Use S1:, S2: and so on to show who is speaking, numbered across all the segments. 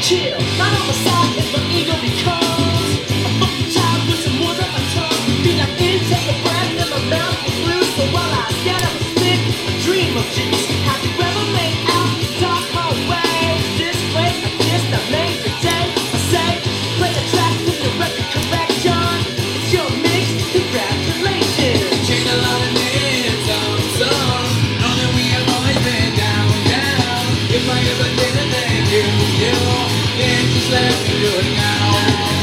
S1: chill. Not on the side if the ego becomes a fucking child with some wood up my tongue. Then I in, take a breath, and my mouth is loose. So while I get up and spit, a dream of juice. Have you ever made out the dark hallway? This way, I guess I made the day. I say, play the track with the record correction. It's your mix, congratulations.
S2: Change a lot of names, some, some. Know that we have always been down, down. If I ever did a thing, you, you, then just let me do it now.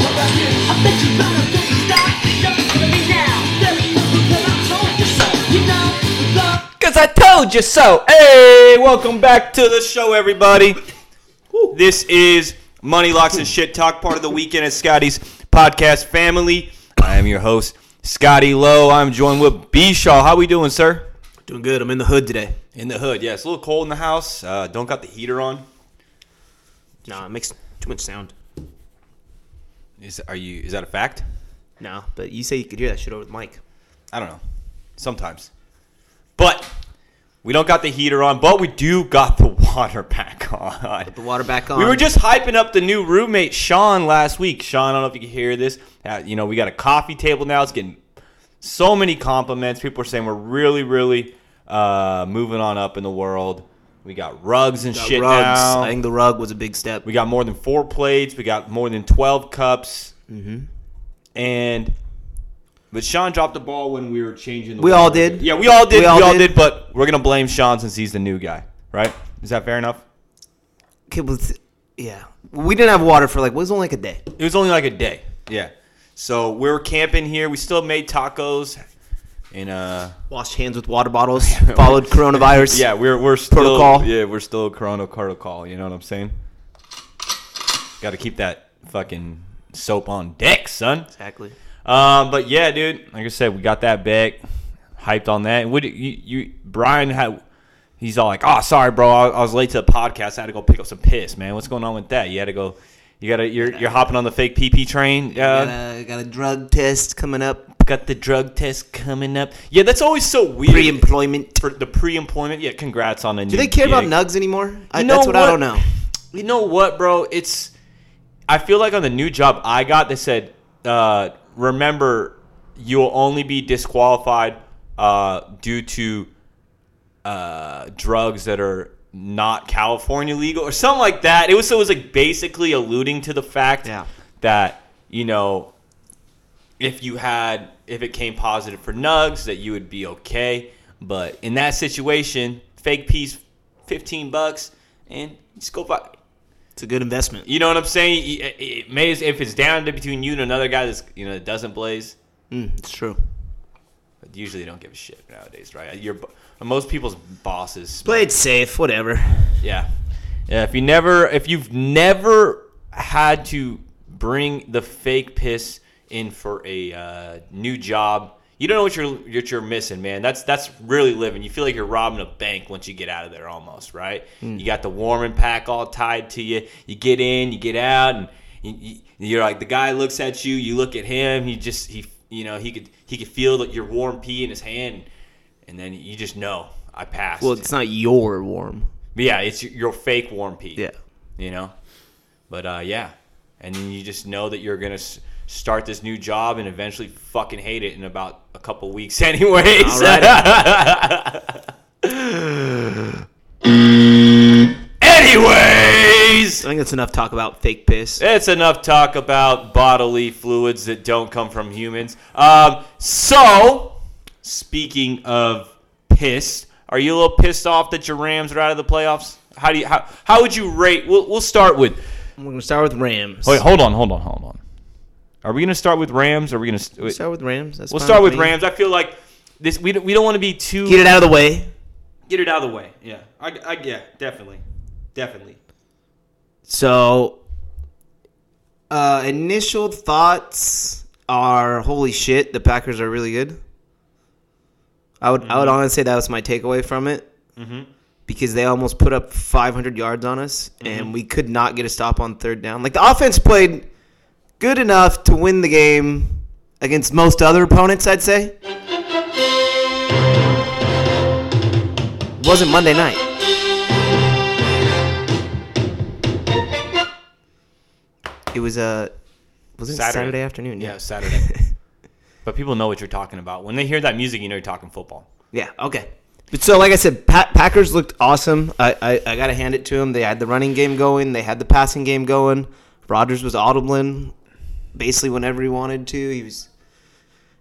S2: What about you?
S1: I bet you better things stop. Don't kill me now. There is nothing that I told you so. You know, love.
S3: Because I told you so. Hey, welcome back to the show, everybody. This is Money Locks and Shit Talk, part of the Weekend at Scotty's podcast family. I am your host, Scotty Lowe. I'm joined with B Shaw. How we doing, sir?
S4: Doing good. I'm in the hood today.
S3: In the hood, yeah. It's a little cold in the house. Uh, don't got the heater on.
S4: Nah, it makes too much sound.
S3: Is are you? Is that a fact?
S4: Nah, but you say you could hear that shit over the mic.
S3: I don't know. Sometimes. But we don't got the heater on, but we do got the water back on.
S4: The water back on.
S3: We were just hyping up the new roommate, Sean, last week. Sean, I don't know if you can hear this. Uh, you know, we got a coffee table now. It's getting so many compliments. People are saying we're really, really uh, moving on up in the world. We got rugs and
S4: Got
S3: shit
S4: rugs.
S3: now.
S4: I think the rug was a big step.
S3: We got more than four plates. We got more than twelve cups. Mm-hmm. And but Sean dropped the ball when we were changing. the
S4: We all
S3: water.
S4: did.
S3: Yeah, we all did. We, all, did. But we're gonna blame Sean since he's the new guy, right? Is that fair enough?
S4: Okay, but- yeah, we didn't have water for like what was it, only like a day.
S3: It was only like a day. Yeah. So we were camping here. We still made tacos. And uh,
S4: Washed hands with water bottles. followed coronavirus.
S3: yeah, we're we're still
S4: Protocol.
S3: Yeah, we're still Corona protocol. You know what I'm saying? Got to keep that fucking soap on deck, son.
S4: exactly.
S3: Um, but yeah, dude. Like I said, we got that back. Hyped on that. And what do you, you Brian had? He's all like, "Oh, sorry, bro. I, I was late to the podcast. I had to go pick up some piss, man. What's going on with that? You had to go. You gotta. You're you're hopping on the fake PP train. uh,
S4: Got
S3: Yeah.
S4: a, got a drug test coming up.
S3: Got the drug test coming up. Yeah, that's always so weird.
S4: Pre-employment.
S3: For the pre-employment. Yeah, congrats on a new.
S4: Do they care about
S3: gig.
S4: nugs anymore? I,
S3: You know
S4: that's what, I
S3: what?
S4: don't know.
S3: You know what, bro? It's. I feel like on the new job I got, they said, uh, "Remember, you'll only be disqualified uh, due to uh, drugs that are not California legal or something like that." It was so it was like basically alluding to the fact
S4: Yeah.
S3: that you know if you had if it came positive for nugs that you would be okay but in that situation fake piece 15 bucks and just go buy
S4: It's a good investment.
S3: you know what i'm saying You- it, it may as- if it's down to between you and another guy that's you know that doesn't blaze
S4: Mm, it's true.
S3: but usually they don't give a shit nowadays right your bo- most people's bosses
S4: Play it safe. Whatever.
S3: Yeah. Yeah, if you never if you've never had to bring the fake piss in for a uh, new job, you don't know what you're what you're missing, man. That's that's really living. You feel like you're robbing a bank once you get out of there almost, right? You got the warming pack all tied to you. You get in, you get out and you, you- you're like the guy looks at you, you look at him, he just he you know, he could he could feel that your warm pee in his hand and then you just know I passed.
S4: Well, it's not your warm.
S3: But yeah, it's your, your fake warm pee.
S4: Yeah.
S3: You know? But uh, yeah. And then you just know that you're going to s- start this new job and eventually fucking hate it in about a couple weeks, anyways. anyways!
S4: I think that's enough talk about fake piss.
S3: It's enough talk about bodily fluids that don't come from humans. Um, so, speaking of pissed, are you a little pissed off that your Rams are out of the playoffs? How do you how, how would you rate? We'll, we'll start with.
S4: We're gonna start with Rams.
S3: Wait, hold on, hold on, hold on. Are we gonna start with Rams? Or are we gonna? St-
S4: Start with Rams. That's
S3: we'll
S4: fine
S3: start with
S4: me.
S3: Rams. I feel like this. We don't, we don't want to be too
S4: Get it out of the way.
S3: get it out of the way. Yeah, I, I yeah definitely, definitely.
S4: So, uh, initial thoughts are holy shit, the Packers are really good. I would I would honestly say that was my takeaway from it because they almost put up 500 yards on us and we could not get a stop on third down. Like the offense played good enough to win the game against most other opponents, I'd say. Wasn't Monday night. It was uh, was it Saturday, afternoon?
S3: Yeah, Saturday. but people know what you're talking about. When they hear that music, you know you're talking football.
S4: Yeah. Okay. But so, like I said, Pat, Packers looked awesome. I, I, I got to hand it to them. They had the running game going. They had the passing game going. Rodgers was audibling basically whenever he wanted to. He was.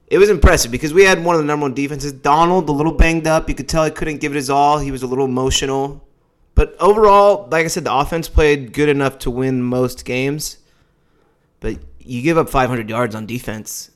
S4: It was impressive because we had one of the number one defenses. Donald, a little banged up. You could tell he couldn't give it his all. He was a little emotional. But overall, like I said, the offense played good enough to win most games. But you give up 500 yards on defense.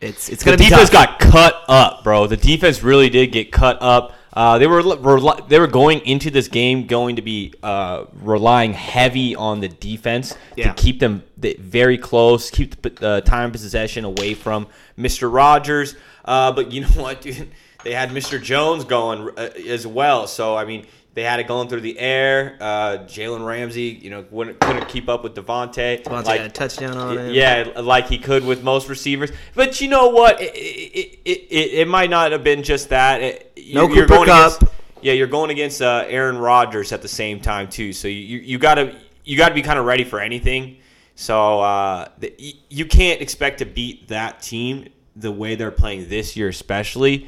S4: It's it's
S3: The
S4: going to be
S3: defense
S4: tough.
S3: got cut up, bro. The defense really did get cut up. Uh, they were, were they were going into this game going to be uh, relying heavy on the defense
S4: Yeah.
S3: to keep them th- very close, keep the uh, time possession away from Mr. Rogers. Uh, but you know what, dude? They had Mr. Jones going uh, as well. So I mean, they had it going through the air. Uh, Jalen Ramsey, you know, wouldn't, couldn't keep up with Devontae.
S4: Devontae
S3: Like-
S4: got a touchdown on
S3: Y-
S4: him.
S3: Yeah, like he could with most receivers. But you know what? It, it, it, it, it might not have been just that. It,
S4: No
S3: you're- you're
S4: Cooper
S3: going
S4: Kupp.
S3: against- yeah, you're going against uh, Aaron Rodgers at the same time too. So you you got to you got to be kind of ready for anything. So uh, the, y- you can't expect to beat that team the way they're playing this year, especially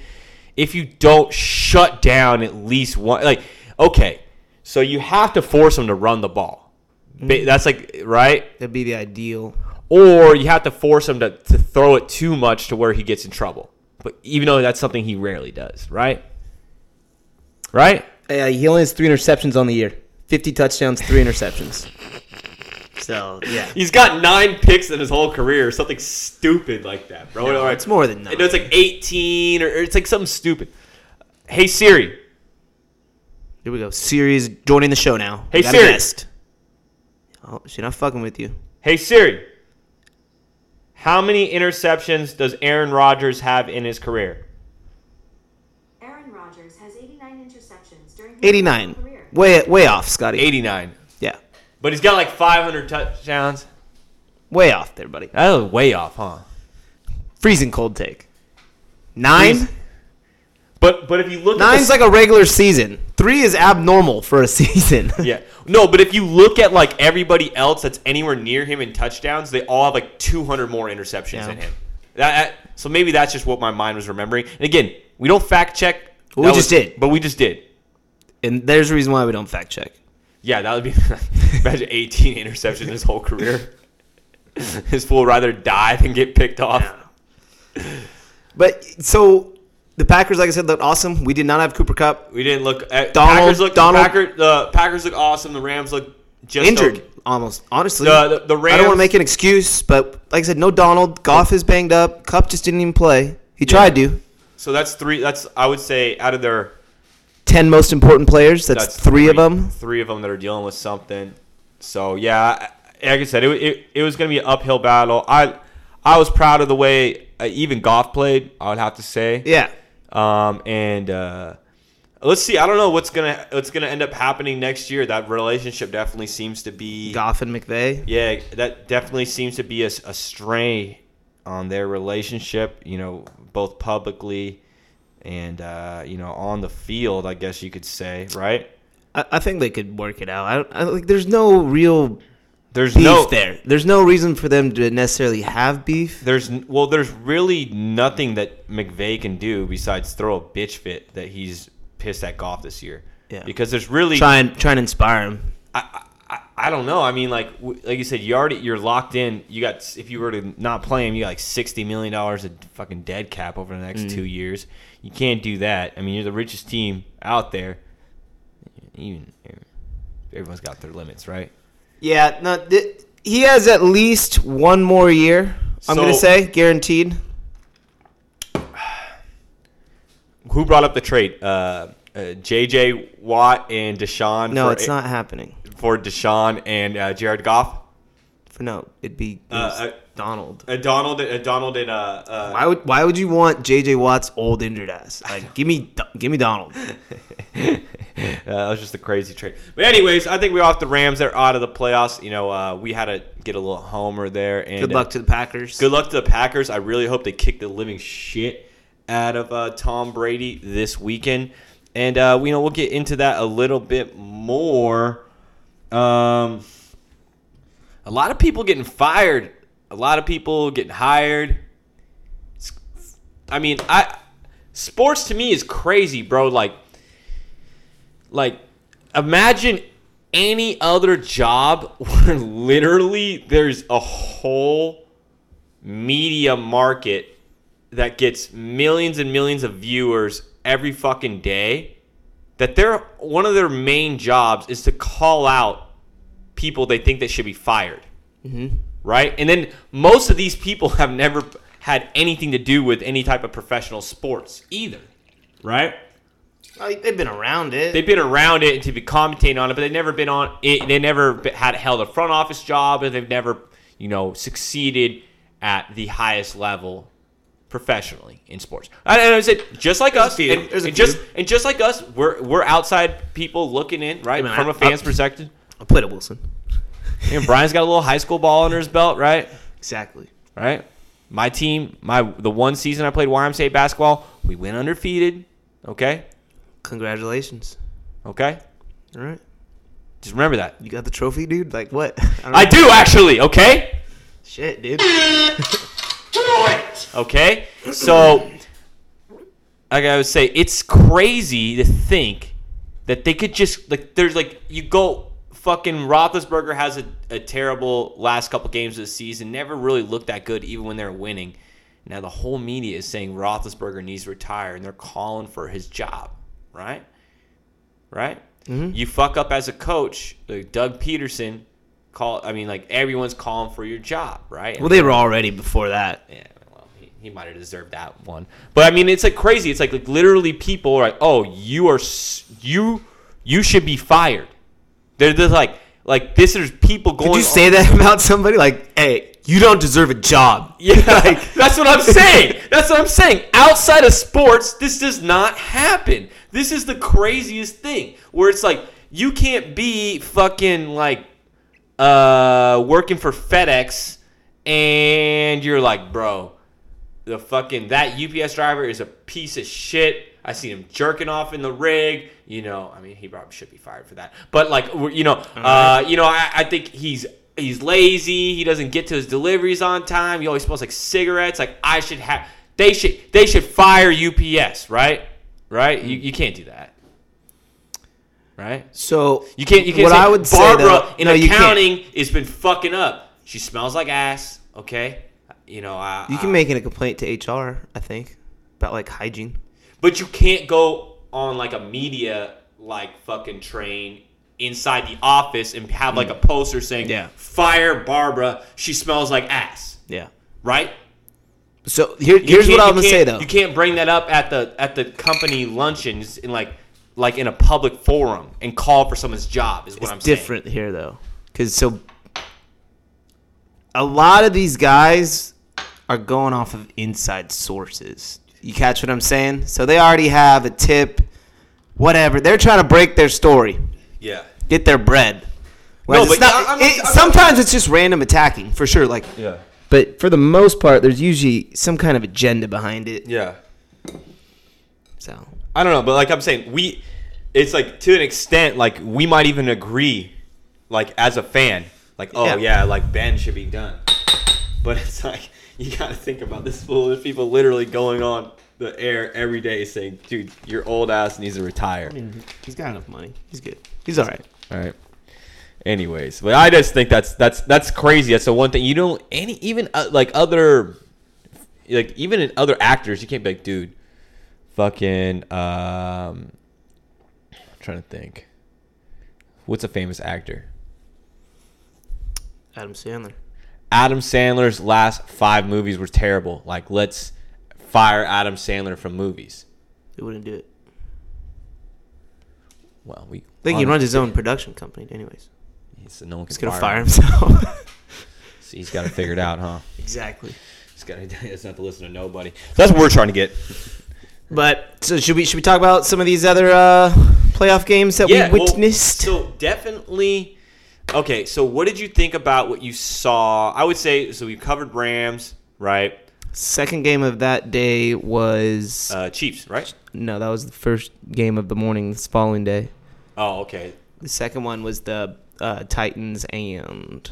S3: if you don't shut down at least one. Like, okay, so you have to force them to run the ball.
S4: Mm-hmm.
S3: Ba- That's like right
S4: That'd be the ideal.
S3: or you have to force him to, to throw it too much to where he gets in trouble. But even though that's something he rarely does, right? Right?
S4: Yeah, uh, he only has three interceptions on the year. Fifty touchdowns, three interceptions. So yeah,
S3: He's got nine picks in his whole career, something stupid like that, bro. All right.
S4: it's more than nine.
S3: I know it's like 18 or, or it's like something stupid. Hey Siri,
S4: Here we go. Siri's joining the show now.
S3: Hey,
S4: We got a
S3: Siri.
S4: guest. Oh, she's not fucking with you.
S3: hey Siri, how many interceptions does Aaron Rodgers have in his career?
S5: Aaron Rodgers has 89 interceptions during his
S4: Eighty-nine.
S5: career.
S4: Way way off, Scotty.
S3: 89.
S4: Yeah,
S3: But he's got like 500 touchdowns.
S4: way off there, buddy.
S3: That was way off, huh?
S4: Freezing cold take. Nine.
S3: But but if you look at the
S4: Nine's like a regular season. Three is abnormal for a season.
S3: Yeah. No, but if you look at like everybody else that's anywhere near him in touchdowns, they all have like 200 more interceptions
S4: Yeah.
S3: than him. That, that- so maybe that's just what my mind was remembering. And again, we don't fact check.
S4: Well, we
S3: That
S4: just
S3: was-
S4: did.
S3: But we just did.
S4: and there's a reason why we don't fact check.
S3: Yeah, that would be imagine 18 interceptions his whole career. his fool would rather die than get picked off.
S4: But so the Packers, like I said, looked awesome. We did not have Cooper Cup
S3: We didn't look. At,
S4: Donald-
S3: Packers look.
S4: Donald-
S3: The, Packer, the Packers look awesome. The Rams look just
S4: injured
S3: okay.
S4: almost. Honestly,
S3: The, the, the Rams.
S4: I don't want to make an excuse, but like I said, no Donald. Goff is banged up. Cup just didn't even play. He tried to.
S3: So that's three. That's I would say out of their
S4: Ten most important players. That's, three, of them.
S3: Three of them that are dealing with something. So yeah, I- like I said, it wa- it, it was going to be an uphill battle. I I was proud of the way uh, even Goff played. I would have to say.
S4: Yeah.
S3: Um and uh, let's see. I don't know what's gonna what's gonna end up happening next year. That relationship definitely seems to be.
S4: Goff and McVay.
S3: Yeah, that definitely seems to be a, a strain on their relationship, you know, both publicly and, uh, you know, on the field, I guess you could say, right?
S4: I, I think they could work it out. I don't. I, like, there's no real
S3: There's
S4: beef
S3: no
S4: there. There's no reason for them to necessarily have beef.
S3: There's n- well, there's really nothing that McVay can do besides throw a bitch fit that he's pissed at golf this year.
S4: Yeah.
S3: Because there's really
S4: Try and try and inspire him.
S3: I, I, I don't know. I mean, like w- like you said, you already you're locked in. You got if you were to not play him, you got like sixty million dollars of fucking dead cap over the next two years. You can't do that. I mean, you're the richest team out there. Even everyone's got their limits, right?
S4: Yeah. No. Th- he has at least one more year. I'm gonna
S3: So-
S4: say guaranteed.
S3: Who brought up the trade? Uh, uh, JJ Watt and Deshaun.
S4: No,
S3: for
S4: it's
S3: A-
S4: not happening.
S3: for Deshaun and uh, Jared Goff.
S4: For no, it'd be it
S3: Uh,
S4: was
S3: uh,
S4: Donald.
S3: Uh, Donald, uh, Donald, and uh, uh,
S4: Why would why would you want JJ Watt's old injured ass? Like give me Do- give me Donald.
S3: Uh, that was just a crazy trade. But anyways, I think we're off the Rams. They're out of the playoffs. You know, uh, we had to get a little homer there. And
S4: Good luck to the Packers.
S3: good luck to the Packers. I really hope they kick the living shit out of uh, Tom Brady this weekend. And uh, we know we'll get into that a little bit more. Um, a lot of people getting fired, a lot of people getting hired. It's- I mean, I sports to me is crazy, bro. Like, like imagine any other job where literally there's a whole media market that gets millions and millions of viewers every fucking day that their one of their main jobs is to call out people they think that should be fired right and then most of these people have never had anything to do with any type of professional sports either right
S4: Like, Oh, they've been around it.
S3: they've been around it and to be commentating on it, but they've never been on it. They never be- had held a front office job, and they've never, you know, succeeded at the highest level professionally in sports. And and I said, just like us,
S4: few.
S3: and,
S4: There's a
S3: and just
S4: few.
S3: and just like us, we're we're outside people looking in, right,
S4: I mean,
S3: from
S4: I-
S3: a fan's
S4: I-
S3: perspective.
S4: I played at Wilson.
S3: And Brian's got a little high school ball under his belt, right?
S4: Exactly.
S3: Right. My team, my the one season I played YMCA basketball, we went undefeated. Okay.
S4: Congratulations.
S3: Okay.
S4: All right.
S3: Just remember that.
S4: You got the trophy, dude? Like, what? don't
S3: I
S4: know.
S3: do actually. Okay.
S4: Shit, dude.
S3: Okay, so like I would say, it's crazy to think that they could just like there's like you go fucking Roethlisberger has a, a terrible last couple games of the season, never really looked that good even when they're winning. Now the whole media is saying Roethlisberger needs to retire, and they're calling for his job, right? Right? You fuck up as a coach, like Doug Peterson. Call, I mean, like everyone's calling for your job, right?
S4: Well, they were already before that.
S3: Yeah, well, he, he might have deserved that one. But I mean, it's like crazy. It's like, like literally people are like, "Oh, you are s- you you should be fired." They're just like like this is people going
S4: Did you say
S3: on-
S4: that about somebody? Like, hey, you don't deserve a job.
S3: Yeah,
S4: Like-
S3: that's what I'm saying. That's what I'm saying. Outside of sports, this does not happen. This is the craziest thing where it's like you can't be fucking like uh working for FedEx and you're like, bro, the fucking that UPS driver is a piece of shit. I seen him jerking off in the rig. You know, I mean, he probably should be fired for that. But like, we're- you know, uh, you know, I, I think he's he's lazy. He doesn't get to his deliveries on time. He always smells like cigarettes. Like I should have. They should they should fire UPS. Right, right. You, you can't do that. Right.
S4: So
S3: You can't. You can't.
S4: What
S3: say
S4: I would say,
S3: Barbara
S4: though-
S3: in
S4: no, you can't.
S3: accounting has been fucking up. She smells like ass. Okay. You know. I,
S4: You
S3: I-
S4: can make it a complaint to HR, I think, about like hygiene.
S3: But you can't go on like a media like fucking train inside the office and have like a poster saying
S4: Mm. Yeah.
S3: "Fire Barbara, she smells like ass."
S4: Yeah.
S3: Right?
S4: So here,
S3: You
S4: here's what
S3: can't-
S4: I'm
S3: you
S4: gonna say
S3: can't-
S4: though.
S3: You can't bring that up at the at the company luncheons in like like in a public forum and call for someone's job is what I'm
S4: it's different here though, because so a lot of these guys are going off of inside sources. You catch what I'm saying? So they already have a tip, whatever. They're trying to break their story,
S3: saying. Yeah.
S4: get their bread. Whereas
S3: but
S4: it's not-
S3: yeah, I'm not-
S4: it-
S3: I'm not-
S4: sometimes it's just random attacking for sure. Like,
S3: Yeah.
S4: but for the most part, there's usually some kind of agenda behind it.
S3: Yeah.
S4: So
S3: I don't know, but like I'm saying, we it's like to an extent, like we might even agree, like as a fan, like oh
S4: Yeah.
S3: yeah, like Ben should be done. But it's like you got to think about this fool. There's people literally going on the air every day saying, "Dude, your old ass needs to retire."
S4: Mm-hmm. he's got enough money. He's good. He's all right.
S3: All right. Anyways, but I just think that's that's that's crazy. That's the one thing you don't any even uh, like other like even in other actors you can't be like dude, fucking um, I'm trying to think. What's a famous actor?
S4: Adam Sandler.
S3: Adam Sandler's last five movies were terrible. Like let's fire Adam Sandler from movies.
S4: They wouldn't do it.
S3: Well, we
S4: I think he runs his own production company, anyways.
S3: He's, no one can
S4: He's gonna fire
S3: fire him.
S4: himself.
S3: So he's got it figured out, huh?
S4: exactly.
S3: He's got he doesn't have to listen to nobody. So that's what we're trying to get.
S4: But so should we should we talk about some of these other uh, playoff games that we
S3: well,
S4: witnessed?
S3: so definitely. Okay, so what did you think about what you saw? I would say so. We covered Rams, right?
S4: Second game of that day was
S3: Uh, Chiefs, right?
S4: no, that was the first game of the morning this following day.
S3: Oh, okay.
S4: The second one was the uh, Titans and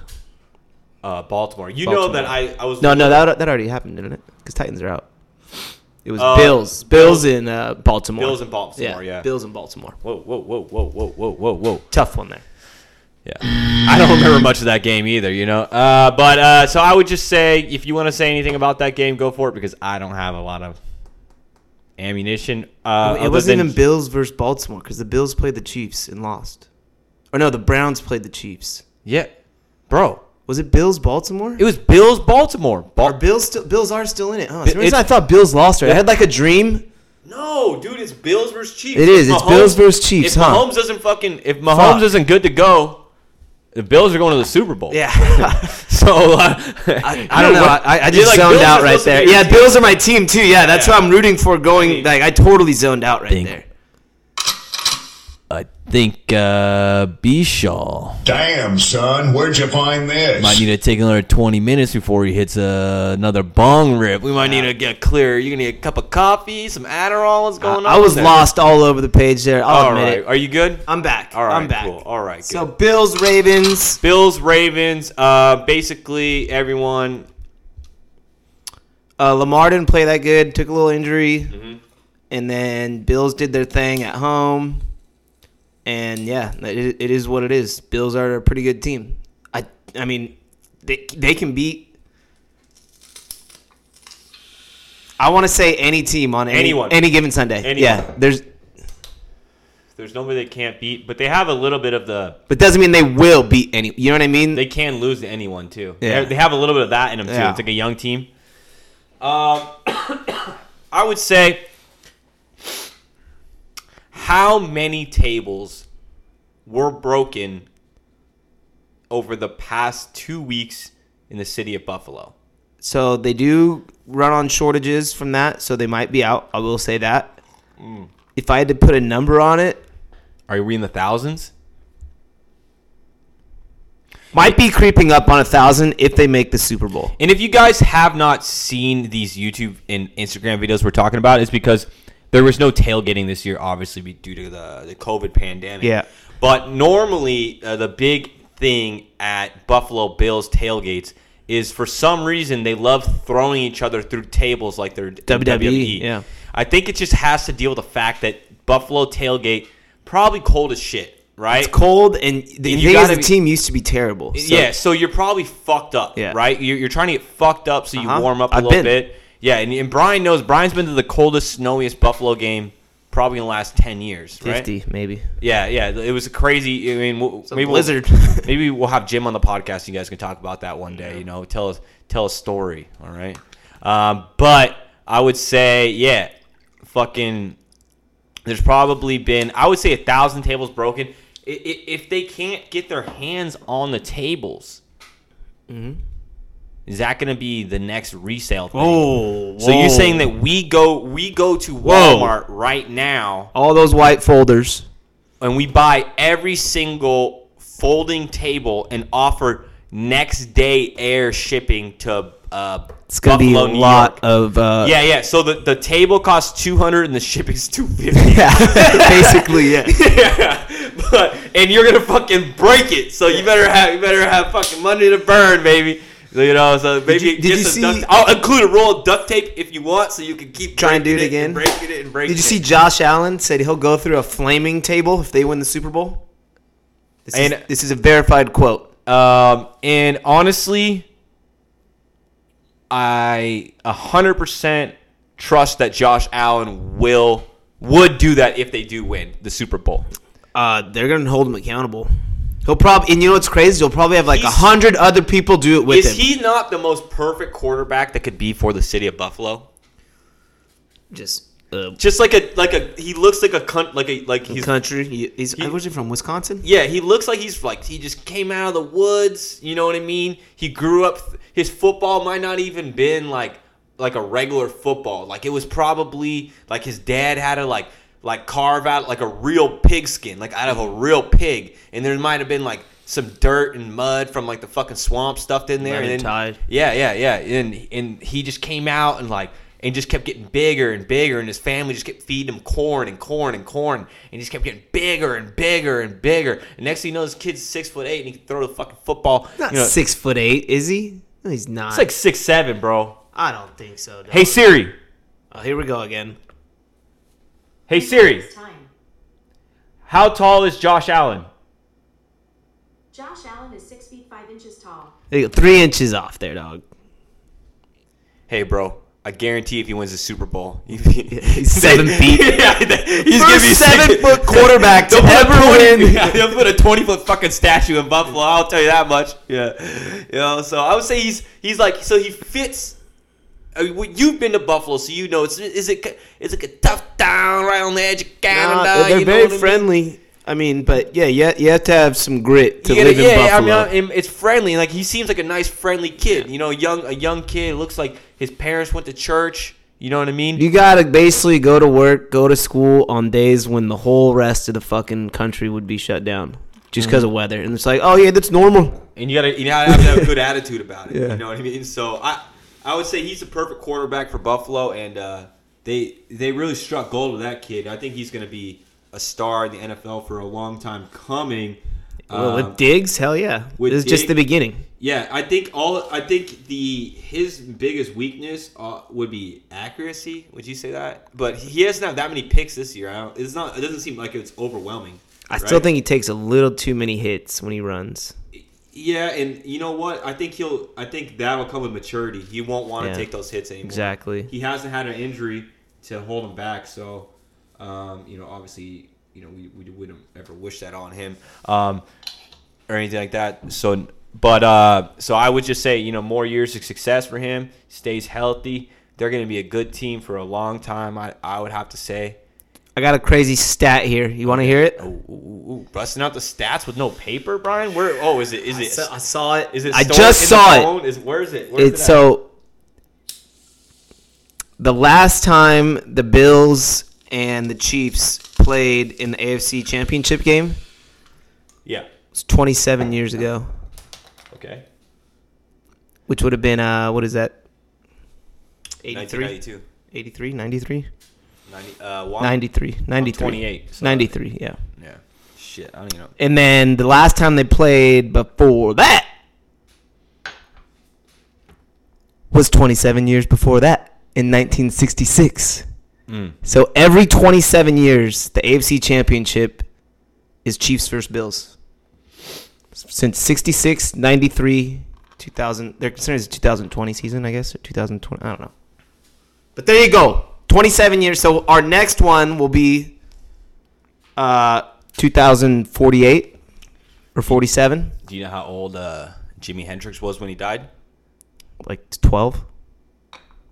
S6: uh, Baltimore. You know
S4: Baltimore.
S6: that I, I was
S4: No, no, that that already happened, didn't it? Because Titans are out. It was
S6: Uh,
S4: Bills. Bills in uh, Baltimore.
S6: Bills in Baltimore. Yeah.
S4: Bills in Baltimore.
S6: Whoa, whoa, whoa, whoa, whoa, whoa, whoa, whoa.
S4: Tough one there.
S6: Yeah. I don't remember much of that game either, you know. Uh, but uh, so I would just say if you want to say anything about that game, go for it because I don't have a lot of ammunition. Uh,
S4: it wasn't even Bills versus Baltimore because the Bills played the Chiefs and lost. Or no, the Browns played the Chiefs.
S6: Yeah. Bro,
S4: Was it Bills Baltimore?
S6: it was Bills Baltimore.
S4: are
S6: Bal-
S4: Bills still Bills are still in it, huh? For some
S6: It-
S4: reason I
S6: it's-
S4: thought Bills lost right. I had like a dream.
S6: no, dude, it's Bills versus Chiefs.
S4: It
S6: If
S4: is. It's Bills versus Chiefs,
S6: If
S4: huh?
S6: Mahomes doesn't fucking if Mahomes
S4: Fuck.
S6: isn't good to go, the Bills are going to the Super Bowl.
S4: Yeah.
S6: So uh,
S4: I, I don't know. I, I
S6: You're
S4: just
S6: like,
S4: zoned
S6: Bills
S4: out
S6: are
S4: right
S6: supposed to
S4: there.
S6: be-
S4: Yeah, Bills are my team too. Yeah, that's
S6: Yeah.
S4: who I'm rooting for going. Like I totally zoned out right
S6: Bing.
S4: there.
S6: I think uh, Bishaw
S7: Damn, son, where'd you find this?
S6: might need to take another 20 minutes before he hits uh, another bong rip. We might need to get clear. You're going to need a cup of coffee, some Adderall. What's going
S4: I,
S6: on?
S4: I was
S6: there?
S4: lost all over the page there. I'll
S6: All
S4: admit
S6: right.
S4: it.
S6: Are you good?
S4: I'm back.
S6: All right.
S4: I'm back.
S6: Cool. All right. Good.
S4: So Bills Ravens.
S6: Bills, Ravens, uh, basically everyone.
S4: Uh, Lamar didn't play that good. Took a little injury,
S6: Mm-hmm.
S4: and then Bills did their thing at home. And yeah, it, it is what it is. Bills are a pretty good team. I I mean, they they can beat. I want to say any team on any,
S6: Anyone.
S4: any given Sunday.
S6: Anyone.
S4: Yeah, there's
S6: There's nobody they can't beat, but they have a little bit of the.
S4: but doesn't mean they will beat any. You know what I mean?
S6: They can lose to anyone too.
S4: Yeah.
S6: They, they have a little bit of that in them too.
S4: Yeah.
S6: It's like a young team. Um, I would say, how many tables were broken over the past two weeks in the city of Buffalo?
S4: So they do run on shortages from that, so they might be out. I will say that.
S6: Mm.
S4: If I had to put a number on it,
S6: Are we in the thousands?
S4: might be creeping up on a thousand if they make the Super Bowl.
S6: And if you guys have not seen these YouTube and Instagram videos we're talking about, it's because there was no tailgating this year, obviously be- due to the, the COVID pandemic.
S4: Yeah.
S6: But normally, uh, the big thing at Buffalo Bills tailgates is for some reason they love throwing each other through tables like they're in
S4: WWE, E, yeah.
S6: E. I think it just has to deal with the fact that Buffalo tailgate probably cold as shit, right?
S4: It's cold, and the
S6: And
S4: thing
S6: you
S4: is,
S6: gotta
S4: the
S6: be-
S4: team used to be terrible. So
S6: yeah, so you're probably fucked up,
S4: Yeah.
S6: right? You're, you're trying to get fucked up so you
S4: Uh-huh.
S6: warm up a
S4: I've been.
S6: little bit. Yeah, and, and Brian knows Brian's been to the coldest, snowiest Buffalo game probably in the last 10 years, right?
S4: fifty maybe.
S6: Yeah, yeah. It was a crazy. I mean, we'll,
S4: a
S6: maybe
S4: blizzard.
S6: We'll, maybe we'll have Jim on the podcast. You guys can talk about that one day. You know, tell us tell a story. All right. Um, but I would say, yeah, fucking. There's probably been I would say a thousand tables broken. I- i- If they can't get their hands on the tables, is that going to be the next resale thing?
S4: Oh,
S6: so you're saying that we go we go to Walmart right now?
S4: all those white folders?
S6: and we buy every single folding table and offer next day air shipping to uh,
S4: It's gonna
S6: Buffalo,
S4: be a
S6: New
S4: lot
S6: York.
S4: of uh,
S6: yeah, yeah. So the, the table costs two hundred and the shipping's two fifty.
S4: yeah, basically yeah.
S6: yeah, but and you're gonna fucking break it. So you better have you better have fucking money to burn, baby. So, you know, so maybe
S4: you- did
S6: get
S4: you
S6: some
S4: see-
S6: duct- I'll include a roll of duct tape if you want, so you can keep
S4: Try and
S6: breaking
S4: do it again?
S6: and breaking it and breaking
S4: Did you see
S6: it.
S4: Josh Allen said he'll go through a flaming table if they win the Super Bowl? This is,
S6: And-
S4: this is a verified quote.
S6: Um, and honestly, I a hundred percent trust that Josh Allen will would do that if they do win the Super Bowl.
S4: Uh, they're gonna hold him accountable. He'll probably, and you know what's crazy? He'll probably have like a
S6: He's-
S4: hundred other people do it with
S6: Is
S4: him.
S6: he not the most perfect quarterback that could be for the city of Buffalo?
S4: Just uh,
S6: Just like a like a he looks like a cunt like a like he's
S4: country. He, he's
S6: he-
S4: was he from Wisconsin?
S6: yeah he looks like he's like he just came out of the woods. You know what I mean? He grew up. His football might not even been like like a regular football. Like it was probably like his dad had to like like carve out like a real pigskin, like out of a real pig, and there might have been like some dirt and mud from like the fucking swamp stuffed in there.
S4: Lemon
S6: and then,
S4: tide.
S6: Yeah, yeah, yeah. And and he just came out and like and just kept getting bigger and bigger, and his family just kept feeding him corn and corn and corn, and he just kept getting bigger and bigger and bigger. And next thing you know, this kid's six foot eight, and he can throw the fucking football.
S4: Not
S6: you know,
S4: six foot eight, is he? No, he's not.
S6: It's like six seven, bro.
S4: I don't think so. Dog.
S6: Hey Siri,
S4: oh, here we go again.
S6: hey Siri,
S5: This time.
S6: how tall is Josh Allen?
S5: Josh Allen is 6 feet 5 inches tall.
S4: There you go. Three inches off there, dog.
S6: Hey, bro. I guarantee if he wins the Super Bowl, he's
S4: seven feet.
S6: yeah, he's
S4: First seven-foot quarterback to
S6: They'll put a
S4: ever
S6: 20
S4: win.
S6: Yeah, they'll put a twenty-foot fucking statue in Buffalo. I'll tell you that much. Yeah, you know. So I would say he's he's like so he fits. I mean, well, you've been to Buffalo, so you know it's is it it's like a tough town right on the edge of Canada.
S4: Nah, Uh, they're
S6: you know
S4: very
S6: what I mean?
S4: friendly. I mean, but yeah, you, you have to have some grit to
S6: You
S4: live
S6: gotta-
S4: in
S6: yeah,
S4: Buffalo.
S6: I mean, I'm- it's friendly. Like he seems like a nice, friendly kid. You know, young a young kid looks like his parents went to church. You know what I mean?
S4: you gotta basically go to work, go to school on days when the whole rest of the fucking country would be shut down just because of weather. And it's like, oh yeah, that's normal.
S6: and you gotta you gotta have to have a good attitude about it.
S4: Yeah.
S6: You know what I mean? So I I would say he's the perfect quarterback for Buffalo, and uh, they they really struck gold with that kid. I think he's gonna be a star in the NFL for a long time coming.
S4: well,
S6: Um,
S4: with Diggs, hell yeah,
S6: with
S4: this is just the
S6: Diggs-
S4: beginning.
S6: yeah, I think all I think the his biggest weakness uh, would be accuracy. Would you say that? But he doesn't have that many picks this year. I don't, it's not. It doesn't seem like it's overwhelming.
S4: I still
S6: right?
S4: think he takes a little too many hits when he runs.
S6: Yeah, and you know what? I think he'll. I think that'll come with maturity. He won't want to
S4: Yeah.
S6: take those hits anymore.
S4: Exactly.
S6: He hasn't had an injury to hold him back, so um, you know, obviously, you know, we, we wouldn't ever wish that on him um, or anything like that. So, but uh, so I would just say, you know, more years of success for him. Stays healthy. They're going to be a good team for a long time. I, I would have to say.
S4: I got a crazy stat here. You want to hear it?
S6: Ooh, ooh, ooh, busting out the stats with no paper, Brian. Where? Oh, is it? Is it?
S4: saw it.
S6: Is it?
S4: I
S6: stored
S4: just
S6: in
S4: saw
S6: the
S4: it.
S6: phone? Is where is it? Where is
S4: It's
S6: it at?
S4: so the last time the Bills and the Chiefs played in the AFC Championship game
S6: Yeah.
S4: was 27 years ago,
S6: Okay.
S4: which would have been uh what is that? 83
S6: 1992.
S4: 83 93
S6: 90, uh, Wa-
S4: 93 93
S6: 28, so-
S4: 93 yeah.
S6: Yeah. Shit, I don't even know.
S4: And then the last time they played before that was 27 years before that in 1966. So every 27 years, the AFC Championship is Chiefs versus Bills. Since 66, 93, 2000. They're considering it's 2020 season, I guess, or 2020. I don't know. But there you go. 27 years. So our next one will be uh, 2048 or 47,
S6: Do you know how old uh, Jimi Hendrix was when he died?
S4: like 12.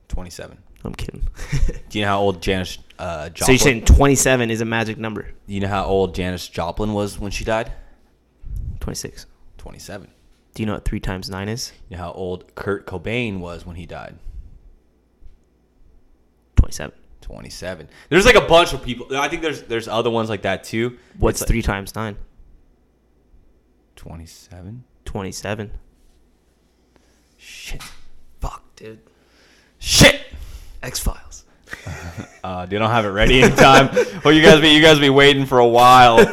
S6: 27.
S4: I'm kidding.
S6: Do you know how old Janis uh, Joplin?
S4: so you're saying 27 is a magic number?
S6: Do you know how old Janis Joplin was when she died?
S4: 26.
S6: 27.
S4: Do you know what three times nine is?
S6: You know how old Kurt Cobain was when he died?
S4: 27.
S6: 27. There's like a bunch of people. I think there's there's other ones like that too.
S4: What's
S6: It's like
S4: three times nine?
S6: 27.
S4: 27.
S6: Shit.
S4: Fuck, dude.
S6: Shit.
S4: X Files.
S6: Uh, dude, I don't have it ready in time. well, you guys be you guys be waiting for a while.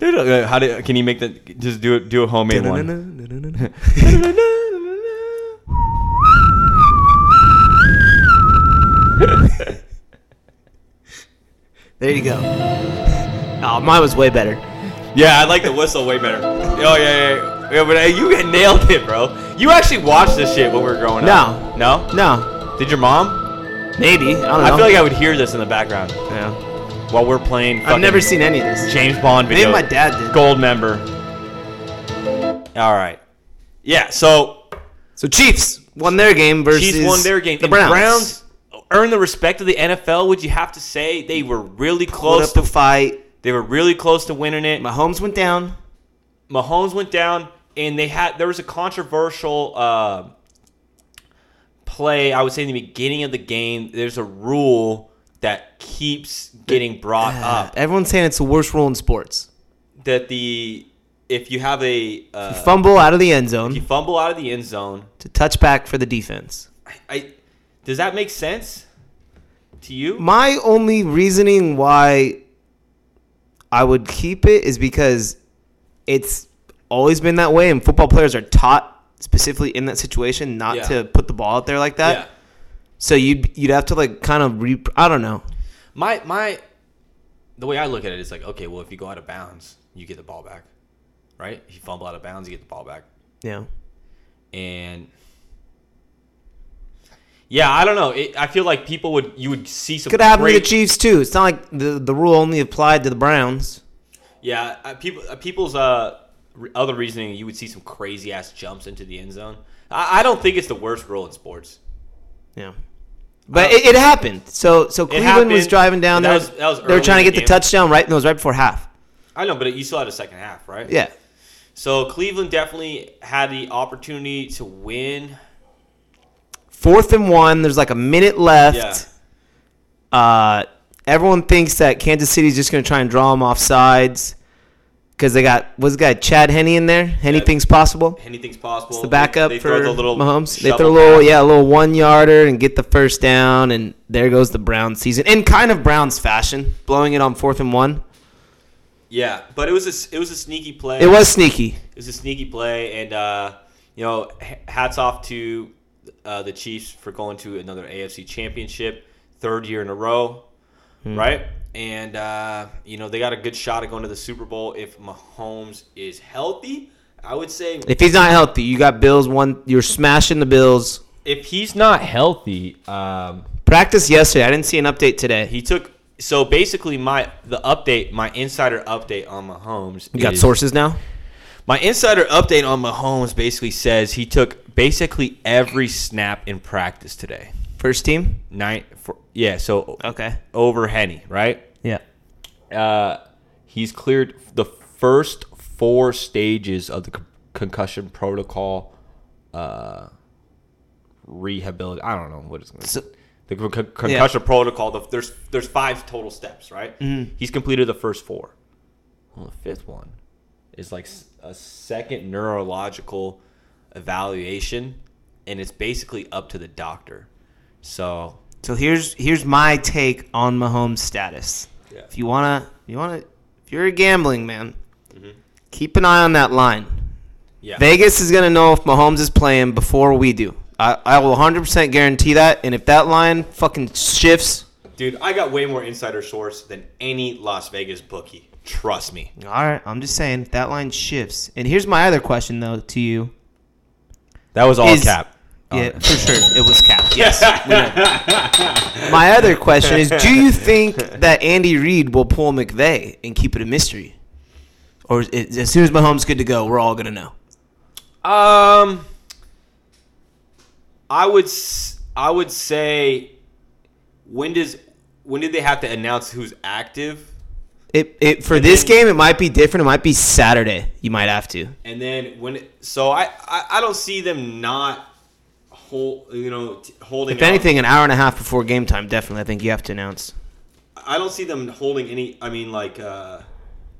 S6: Dude, uh, how do can you make that? Just do it. Do a homemade one.
S4: There you go. Oh, mine was way better.
S6: Yeah, I like the whistle way better. Oh yeah, yeah, yeah. yeah but uh, you had nailed it, bro. You actually watched this shit when we were growing up. No, no.
S4: No,
S6: Did your mom?
S4: maybe. I don't know.
S6: I feel like I would hear this in the background
S4: yeah.
S6: while we're playing.
S4: I've never
S6: fucking
S4: seen any of this.
S6: James Bond
S4: Maybe
S6: video.
S4: my dad did.
S6: Gold member. All right. Yeah. So
S4: So Chiefs won their game versus
S6: Chiefs won their game.
S4: The
S6: And
S4: Browns,
S6: earned the respect of the NFL. Would you have to say they were really
S4: put
S6: close
S4: up a
S6: to?
S4: fight.
S6: They were really close to winning it.
S4: Mahomes went down.
S6: Mahomes went down, and they had there was a controversial uh, play. I would say in the beginning of the game, there's a rule that keeps getting brought up
S4: Uh, Everyone's saying it's the worst rule in sports.
S6: that the if you have a uh,
S4: Fumble out of the end
S6: you
S4: zone
S6: fumble out of the end zone,
S4: to touchback for the defense.
S6: I, I does that make sense? to you?
S4: My only reasoning why I would keep it is because it's always been that way, and football players are taught specifically in that situation not
S6: Yeah.
S4: to put the ball out there like that.
S6: Yeah.
S4: So you'd you'd have to like kind of re I don't know.
S6: My my the way I look at it is like, okay, well if you go out of bounds, you get the ball back. Right? If you fumble out of bounds, you get the ball back.
S4: Yeah.
S6: and yeah, I don't know. It, I feel like people would you would see some
S4: Could have happened to the
S6: great-
S4: Chiefs too. It's not like the the rule only applied to the Browns.
S6: Yeah, uh, people uh, people's uh re- other reasoning you would see some crazy ass jumps into the end zone. I, I don't think it's the worst rule in sports.
S4: Yeah. But it, it happened. So so Cleveland was
S6: Uh, happened,
S4: driving down
S6: but
S4: there.
S6: that was- that was
S4: they were
S6: early
S4: trying to
S6: in
S4: get
S6: the
S4: the
S6: game.
S4: touchdown right. No, it was right before half.
S6: I know, but you still had a second half, right?
S4: Yeah.
S6: So Cleveland definitely had the opportunity to win.
S4: Fourth and one. There's like a minute left.
S6: Yeah.
S4: Uh, everyone thinks that Kansas City's just going to try and draw them off sides because they got what's the guy Chad Henney in there. Henney
S6: Yeah.
S4: thinks possible.
S6: Anything's possible.
S4: It's the backup
S6: they, they
S4: for
S6: throw the little
S4: Mahomes. They
S6: shovel
S4: throw a little
S6: pass.
S4: yeah, a little one yarder and get the first down, and there goes the Browns season in kind of Browns fashion, blowing it on fourth and one.
S6: Yeah, but it was a s- it was a sneaky play.
S4: It was sneaky.
S6: It was a sneaky play, and uh, you know, h- hats off to uh, the Chiefs for going to another AFC Championship, third year in a row,
S4: Hmm.
S6: right? And uh, you know, they got a good shot at going to the Super Bowl if Mahomes is healthy. I would say
S4: If he's not healthy, you got Bills one. You're smashing the Bills.
S6: if he's not healthy, um,
S4: Practice yesterday. I didn't see an update today. He
S6: he took. So basically, my the update, my insider update on Mahomes.
S4: you got
S6: is-
S4: sources now.
S6: My insider update on Mahomes basically says he took basically every snap in practice today.
S4: First team.
S6: nine for yeah so
S4: Okay.
S6: over henny right
S4: Yeah.
S6: uh he's cleared the first four stages of the con- concussion protocol uh rehabilitation i don't know what it's
S4: So-
S6: the con- con- concussion protocol the, there's there's five total steps right
S4: Mm-hmm.
S6: he's completed the first four well, the fifth one is like s- a second neurological evaluation and it's basically up to the doctor so
S4: So here's here's my take on Mahomes' status.
S6: Yeah.
S4: If you wanna, you wanna, if you're a gambling man, keep an eye on that line.
S6: Mm-hmm. yeah
S4: Vegas is gonna know if Mahomes is playing before we do. I, I will 100% guarantee that. And if that line fucking shifts,
S6: Dude, I got way more insider source than any Las Vegas bookie. Trust me.
S4: all right, I'm just saying if that line shifts. And here's my other question though to you.
S6: That was all
S4: Is-
S6: cap.
S4: Yeah, for sure, it was capped. Yes. we know. my other question is: Do you think that Andy Reid will pull McVay and keep it a mystery, or is it, as soon as Mahomes good to go, we're all gonna know?
S6: Um, I would s- I would say when does when did they have to announce who's active?
S4: It, it for this game, it might be different. It might be Saturday. You might have to.
S6: And then when so I I, I don't see them not hold you know t- holding
S4: If anything, an hour and a half before game time, definitely. I think you have to announce.
S6: I don't see them holding any. I mean, like uh,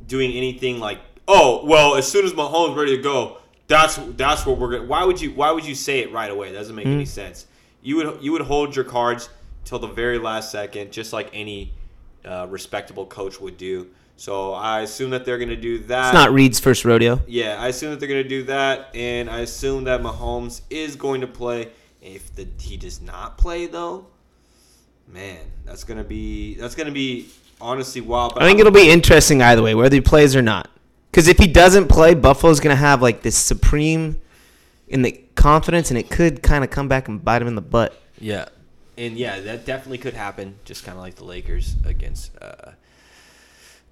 S6: doing anything like, oh, well, as soon as Mahomes ready to go, that's that's what we're gonna. Why would you Why would you say it right away? It doesn't make
S4: Hmm.
S6: any sense. You would you would hold your cards till the very last second, just like any uh, respectable coach would do. So I assume that they're gonna do that.
S4: It's not Reid's first rodeo.
S6: Yeah, I assume that they're going to do that, and I assume that Mahomes is going to play. If the, he does not play, though, man, that's going to be that's going to be honestly wild. But
S4: I think it'll be interesting either way, whether he plays or not. Because if he doesn't play, Buffalo's going to have like this supreme in the confidence, and it could kind of come back and bite him in the butt.
S6: yeah, and yeah, that definitely could happen. Just kind of like the Lakers against uh,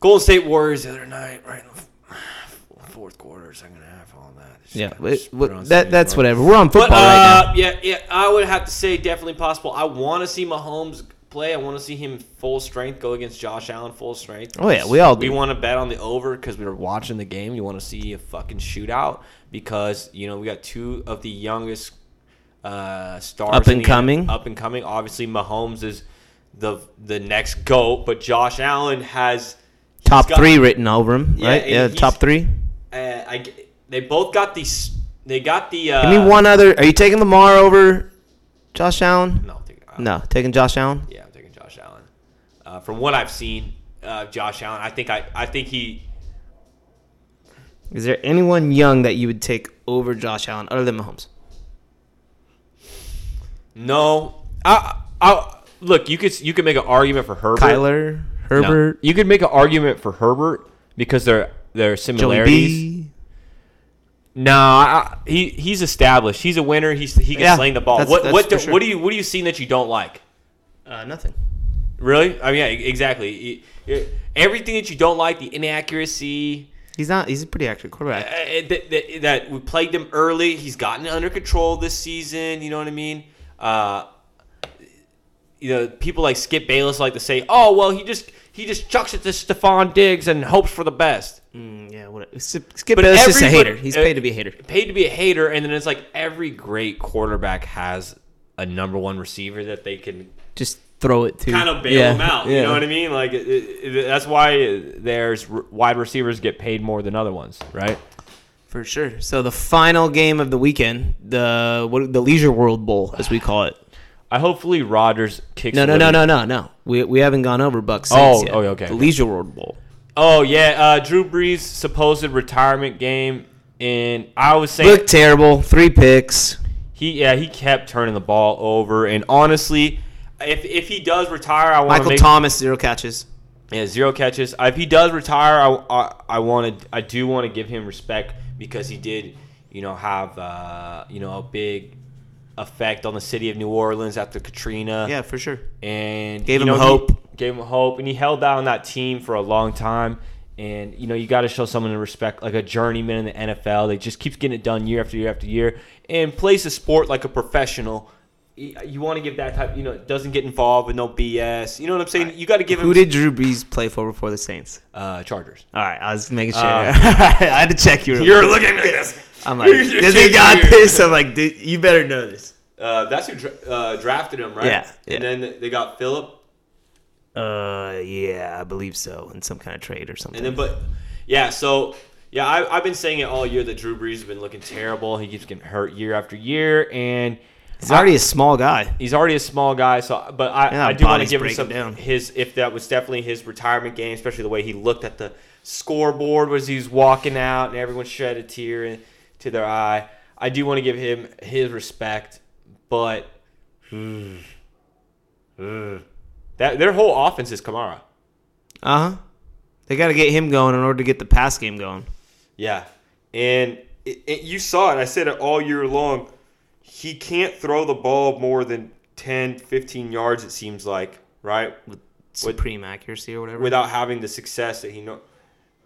S6: Golden State Warriors the other night, right? In the f- fourth quarter, second half, all that. Just
S4: Yeah,
S6: kinda
S4: but-
S6: just
S4: but
S6: put on some
S4: that,
S6: new
S4: that's
S6: run.
S4: whatever. We're on football
S6: but, uh,
S4: right now.
S6: Yeah, yeah, I would have to say definitely possible. I want to see Mahomes play. I want to see him full strength go against Josh Allen full strength.
S4: Oh, yeah, we all do.
S6: We want to bet on the over because we were watching the game. You want to see a fucking shootout because you know we got two of the youngest uh, stars
S4: Up
S6: in
S4: and
S6: the-
S4: coming.
S6: Up and coming. Obviously, Mahomes is the the next goat, but Josh Allen has he's
S4: Top
S6: got-
S4: three written over him,
S6: Yeah,
S4: right?
S6: and
S4: Yeah,
S6: he's-
S4: top three.
S6: Uh, I g they both got these. They got the. Uh,
S4: Give me one other. Are you taking Lamar over Josh Allen?
S6: No, I'm taking-
S4: No, taking Josh Allen.
S6: Yeah, I'm taking Josh Allen. Uh, from what I've seen, uh, Josh Allen, I think I, I think he
S4: Is there anyone young that you would take over Josh Allen other than Mahomes?
S6: no. I, I look, you could you could make an argument for Herbert.
S4: Kyler,
S6: No.
S4: Herbert,
S6: You could make an argument for Herbert because there there are
S4: Joey
S6: similarities.
S4: B.
S6: No, I, I- he he's established. He's a winner. He's he can
S4: Yeah,
S6: sling the ball.
S4: that's-
S6: what
S4: that's
S6: what
S4: for
S6: do,
S4: sure.
S6: what do you what do you see that you don't like?
S4: Uh, nothing.
S6: Really? I mean, yeah, exactly. E- e- Everything that you don't like, the inaccuracy
S4: He's not. He's a pretty accurate quarterback.
S6: uh, that, that, that we plagued him early. He's gotten it under control this season. You know what I mean? Uh, you know, people like Skip Bayless like to say, "Oh, well, he just he just chucks it to Stephon Diggs and hopes for the best."
S4: Mm, yeah, what? Skip
S6: But
S4: but Bayless is just a
S6: everybody-
S4: hater. He's
S6: uh,
S4: paid to be a hater.
S6: paid to be a hater, and then it's like every great quarterback has a number one receiver that they can
S4: Just throw it to.
S6: kind of bail them out. You know what I mean? Like it, it, it- that's why there's r- wide receivers get paid more than other ones, right?
S4: For sure. So the final game of the weekend, the what, the Leisure World Bowl, as we call it.
S6: I hopefully Rodgers kicks.
S4: No, no,
S6: the-
S4: no, no, no, no. We, we haven't gone over Bucks.
S6: Oh,
S4: Saints yet.
S6: oh, okay,
S4: The
S6: okay.
S4: Leisure World Bowl.
S6: Oh yeah, uh, Drew Brees' supposed retirement game, and I was saying
S4: Looked terrible. Three picks.
S6: he yeah he kept turning the ball over, and honestly. If, if he does retire, I want
S4: Michael
S6: to make
S4: Thomas zero catches.
S6: Yeah, zero catches. Uh, If he does retire, I I, I want to I do want to give him respect because he did, you know, have uh, you know a big effect on the city of New Orleans after Katrina.
S4: Yeah, for sure.
S6: and
S4: Gave
S6: you
S4: him
S6: know,
S4: hope.
S6: he- gave him hope, and he held down that team for a long time. And you know, you got to show someone the respect, like a journeyman in the NFL. They just keeps getting it done year after year after year, and plays the sport like a professional. You, want to give that type, you know, doesn't get involved with no BS. You know what I'm saying? You got to give him
S4: Who did Drew Brees play for before the Saints?
S6: uh, Chargers.
S4: All right, I was making sure.
S6: Uh,
S4: I had to check you.
S6: You're looking at me like this.
S4: I'm like, does he got this? I'm like, dude, you better know this.
S6: Uh, that's who dra- uh, drafted him, right?
S4: Yeah,
S6: And
S4: yeah.
S6: then they got Philip,
S4: Uh, yeah, I believe so, in some kind of trade or something.
S6: and then but yeah, so yeah, I, I've been saying it all year that Drew Brees has been looking terrible. He keeps getting hurt year after year, and
S4: He's already a small guy.
S6: he's already a small guy. So, but I,
S4: Yeah,
S6: I do want to
S4: body's
S6: give him
S4: breaking
S6: some
S4: down.
S6: his if that was definitely his retirement game, especially the way he looked at the scoreboard as he was walking out, and everyone shed a tear in, to their eye. I do want to give him his respect, but that their whole offense is Kamara.
S4: Uh huh. They got to get him going in order to get the pass game going.
S6: Yeah, and it, it, you saw it. I said it all year long. He can't throw the ball more than 10, 15 yards. It seems like right.
S4: Supreme accuracy or whatever.
S6: without having the success that he know.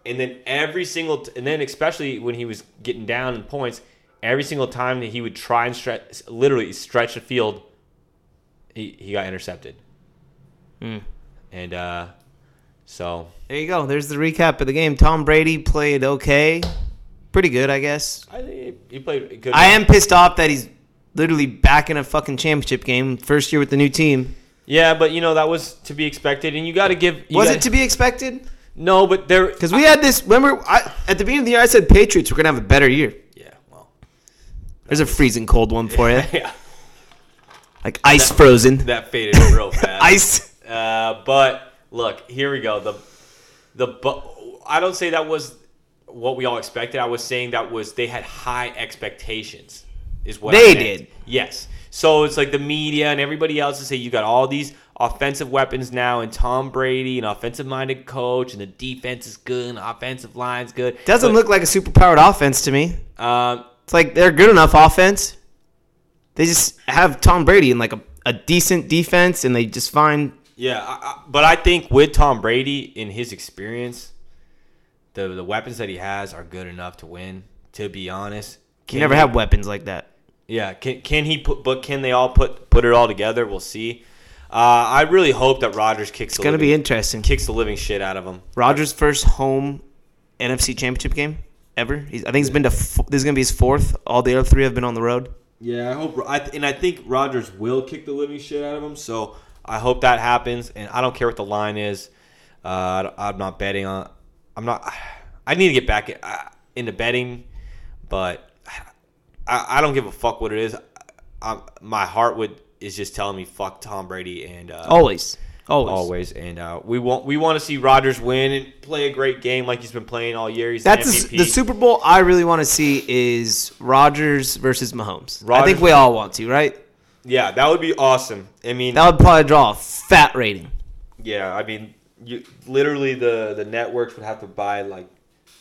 S6: And then every single, t- and then especially when he was getting down in points, every single time that he would try and stretch, literally stretch the field, he, he got intercepted.
S4: Hmm.
S6: And uh, so
S4: there you go. There's the recap of the game. Tom Brady played okay, pretty good, I guess.
S6: I think he played a good.
S4: I am pissed off that he's literally back in a fucking championship game, first year with the new team.
S6: yeah, but you know that was to be expected, and you got to give. you
S4: Was
S6: gotta-
S4: it to be expected?
S6: No, but there because
S4: Because we had this. Remember, I, at the beginning of the year, I said Patriots were gonna have a better year.
S6: yeah, well,
S4: There's a freezing cold one for you,
S6: yeah,
S4: like ice frozen,
S6: that faded real fast.
S4: ice.
S6: Uh, but look, here we go. The the Bu- I don't say that was what we all expected. I was saying that was they had high expectations. Is what I
S4: They
S6: meant.
S4: did.
S6: Yes. So it's like the media and everybody else to say you got all these offensive weapons now, and Tom Brady, an offensive-minded coach, and the defense is good, and the offensive line's good.
S4: Doesn't
S6: But,
S4: look like a super powered offense to me.
S6: Um,
S4: It's like they're good enough offense. They just have Tom Brady and like a, a decent defense, and they just find
S6: Yeah, I, I, but I think with Tom Brady in his experience, the the weapons that he has are good enough to win. To be honest,
S4: you never
S6: he-
S4: have weapons like that.
S6: Yeah, can can he put? But can they all put put it all together? We'll see. Uh, I really hope that Rodgers kicks.
S4: It's
S6: the
S4: gonna be
S6: living,
S4: interesting.
S6: kicks the living shit out of him.
S4: Rogers' first home NFC Championship game ever. He's, I think he's been to. F- this is gonna be his fourth. All the other three have been on the road.
S6: Yeah, I hope. I th- and I think Rodgers will kick the living shit out of him. So I hope that happens. And I don't care what the line is. Uh, I- I'm not betting on. I'm not. I need to get back uh, into betting, but I, I don't give a fuck
S4: Oh,
S6: what it is. I, I, my heart would is just telling me fuck Tom Brady and uh,
S4: Always. Always.
S6: always. And uh, we want we want to see Rodgers win and play a great game like he's been playing all year. He's
S4: That's
S6: the
S4: the-
S6: MVP.
S4: the Super Bowl I really want to see is Rodgers versus Mahomes. I
S6: Rodgers-
S4: think we all want to, right?
S6: yeah, that would be awesome. I mean,
S4: That would probably draw a fat rating.
S6: yeah, I mean, you literally the the networks would have to buy like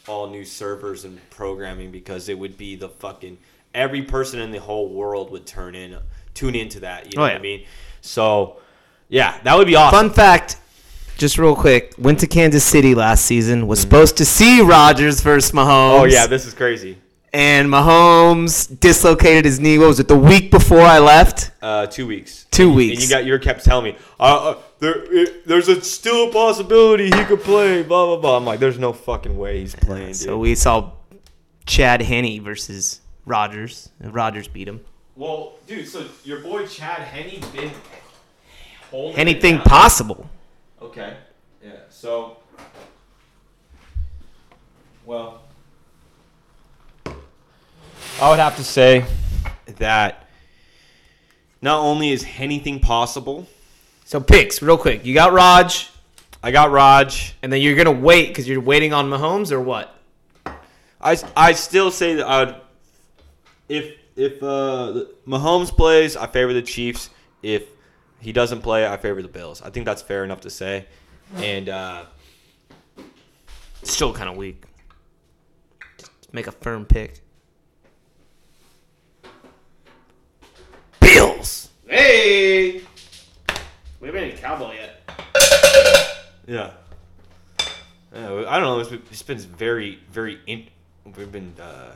S6: all new servers and programming because it would be the fucking every person in the whole world would turn in tune into that. You know
S4: Oh,
S6: what
S4: yeah.
S6: I mean? So yeah, that would be awesome.
S4: Fun fact, just real quick, went to Kansas City last season. Was supposed to see Rodgers versus Mahomes.
S6: Oh yeah, this is crazy.
S4: and Mahomes dislocated his knee. What was it? The week before I left.
S6: Uh, two weeks.
S4: Two
S6: And you-
S4: weeks.
S6: And you got your kept telling me, uh, uh, there, it, there's a, still a possibility he could play. Blah blah blah. I'm like, there's no fucking way he's playing. Dude.
S4: So we saw Chad Henney versus Rodgers. and Rodgers beat him.
S6: well, dude. So your boy Chad Henney been holding
S4: Anything possible.
S6: Okay. Yeah. So. Well. I would have to say that not only is anything possible,
S4: So picks, real quick. You got Raj,
S6: I got Raj.
S4: and then you're gonna wait because you're waiting on Mahomes or what?
S6: I, I still say that I would if if uh, Mahomes plays, I favor the Chiefs. If he doesn't play, I favor the Bills. I think that's fair enough to say. And uh,
S4: Still kind of weak. Just make a firm pick. Bills. Hey. We haven't had cowboy yet.
S6: yeah, Yeah, I don't know. It's been, it's been very very. In, we've been uh,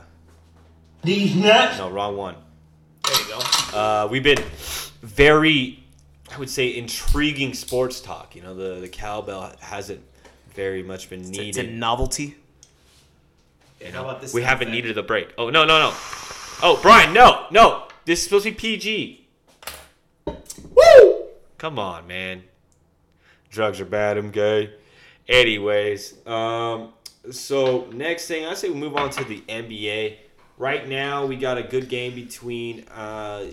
S1: These nuts.
S6: no wrong one.
S4: There you go.
S6: Uh, we've been very, I would say, intriguing sports talk. You know, the the cowbell hasn't very much been needed.
S4: It's a novelty.
S6: You
S4: How
S6: know,
S4: about this
S6: We
S4: sound
S6: haven't
S4: effect?
S6: needed the break. Oh no no no! Oh Brian, no no! This is supposed to be PG. Woo! Come on, man. Drugs are bad. I'm gay. Anyways, um, so next thing I say we move on to the NBA. Right now we got a good game between uh,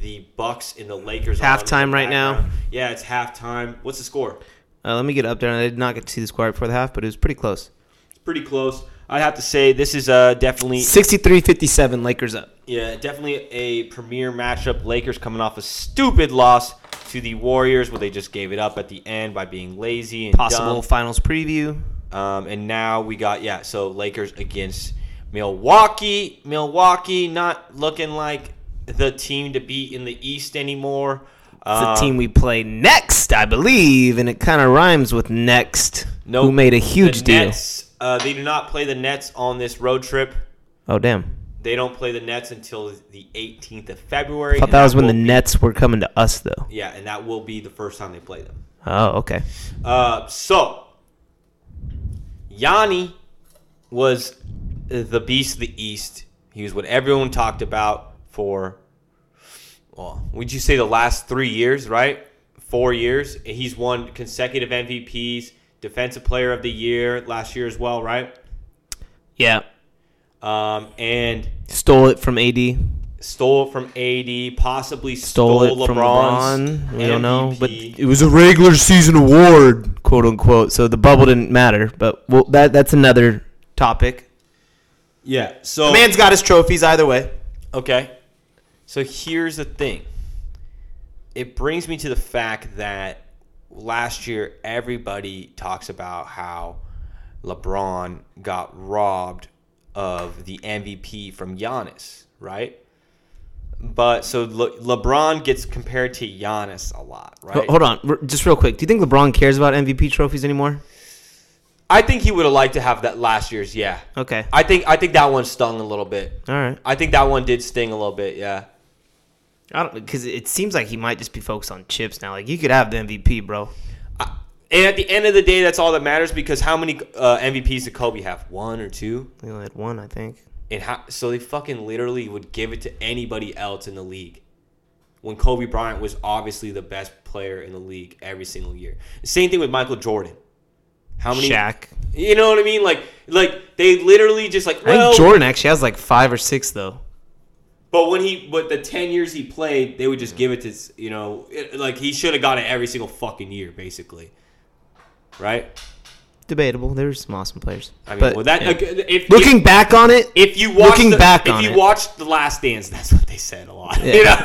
S6: the Bucks and the Lakers. on in the
S4: Halftime right now.
S6: background. Yeah, it's halftime. What's the score?
S4: Uh, let me get up there. I did not get to see the score before the half, but it was pretty close.
S6: It's pretty close. I'd have to say this is uh, definitely
S4: 63-57, Lakers up.
S6: Yeah, definitely a premier matchup. Lakers coming off a stupid loss to the Warriors, where they just gave it up at the end by being lazy and
S4: Possible finals preview.
S6: dumb. Um, and now we got yeah, so Lakers against Milwaukee. Milwaukee not looking like the team to beat in the East anymore.
S4: It's
S6: Um,
S4: the team we play next, I believe, and it kind of rhymes with next.
S6: nope.
S4: Who made a huge
S6: the
S4: deal?
S6: Nets, uh, they do not play the Nets on this road trip.
S4: Oh damn!
S6: They don't play the Nets until the 18th of February.
S4: I thought
S6: and
S4: that was when
S6: will
S4: the
S6: be-
S4: Nets were coming to us, though.
S6: Yeah, and that will be the first time they play them.
S4: Oh, okay.
S6: Uh, so Yanni was the beast of the East. He was what everyone talked about for well, would you say the last three years, right? Four years. He's won consecutive MVPs, defensive player of the year last year as well, right?
S4: Yeah,
S6: Um, and
S4: stole it from AD.
S6: stole it from AD, possibly
S4: Stole
S6: stole,
S4: it from
S6: LeBron's
S4: LeBron. We don't know, but
S6: MVP.
S4: it was a regular season award, quote unquote. So the bubble didn't matter. But well, that that's another topic.
S6: yeah. So
S4: Man's got his trophies either way.
S6: Okay. So here's the thing. It brings me to the fact that last year everybody talks about how LeBron got robbed of the MVP from Giannis, right? But so Le- LeBron gets compared to Giannis a lot, right?
S4: Ho- Hold on, r- just real quick. Do you think LeBron cares about MVP trophies anymore?
S6: I think he would have liked to have that last year's, yeah.
S4: Okay.
S6: I think I think that one stung a little bit.
S4: All right.
S6: I think that one did sting a little bit, yeah.
S4: I don't because it seems like he might just be focused on chips now. Like you could have the MVP, bro.
S6: And at the end of the day, that's all that matters because how many uh, MVPs did Kobe have? One or two?
S4: He only had one, I think.
S6: And how, so they fucking literally would give it to anybody else in the league. When Kobe Bryant was obviously the best player in the league every single year. Same thing with Michael Jordan. How many?
S4: Shaq.
S6: You know what I mean? Like, like they literally just like.
S4: I
S6: well,
S4: think Jordan actually has like five or six though.
S6: But when he, but the ten years he played, they would just give it to s- you know, it, like he should have got it every single fucking year, basically. Right?
S4: Debatable. There were some awesome players.
S6: I mean,
S4: but
S6: well, that
S4: yeah.
S6: like, if
S4: looking back on it,
S6: if you watch
S4: looking
S6: the,
S4: back
S6: if
S4: on
S6: you
S4: it.
S6: watched the Last Dance, that's what they said a lot. You know?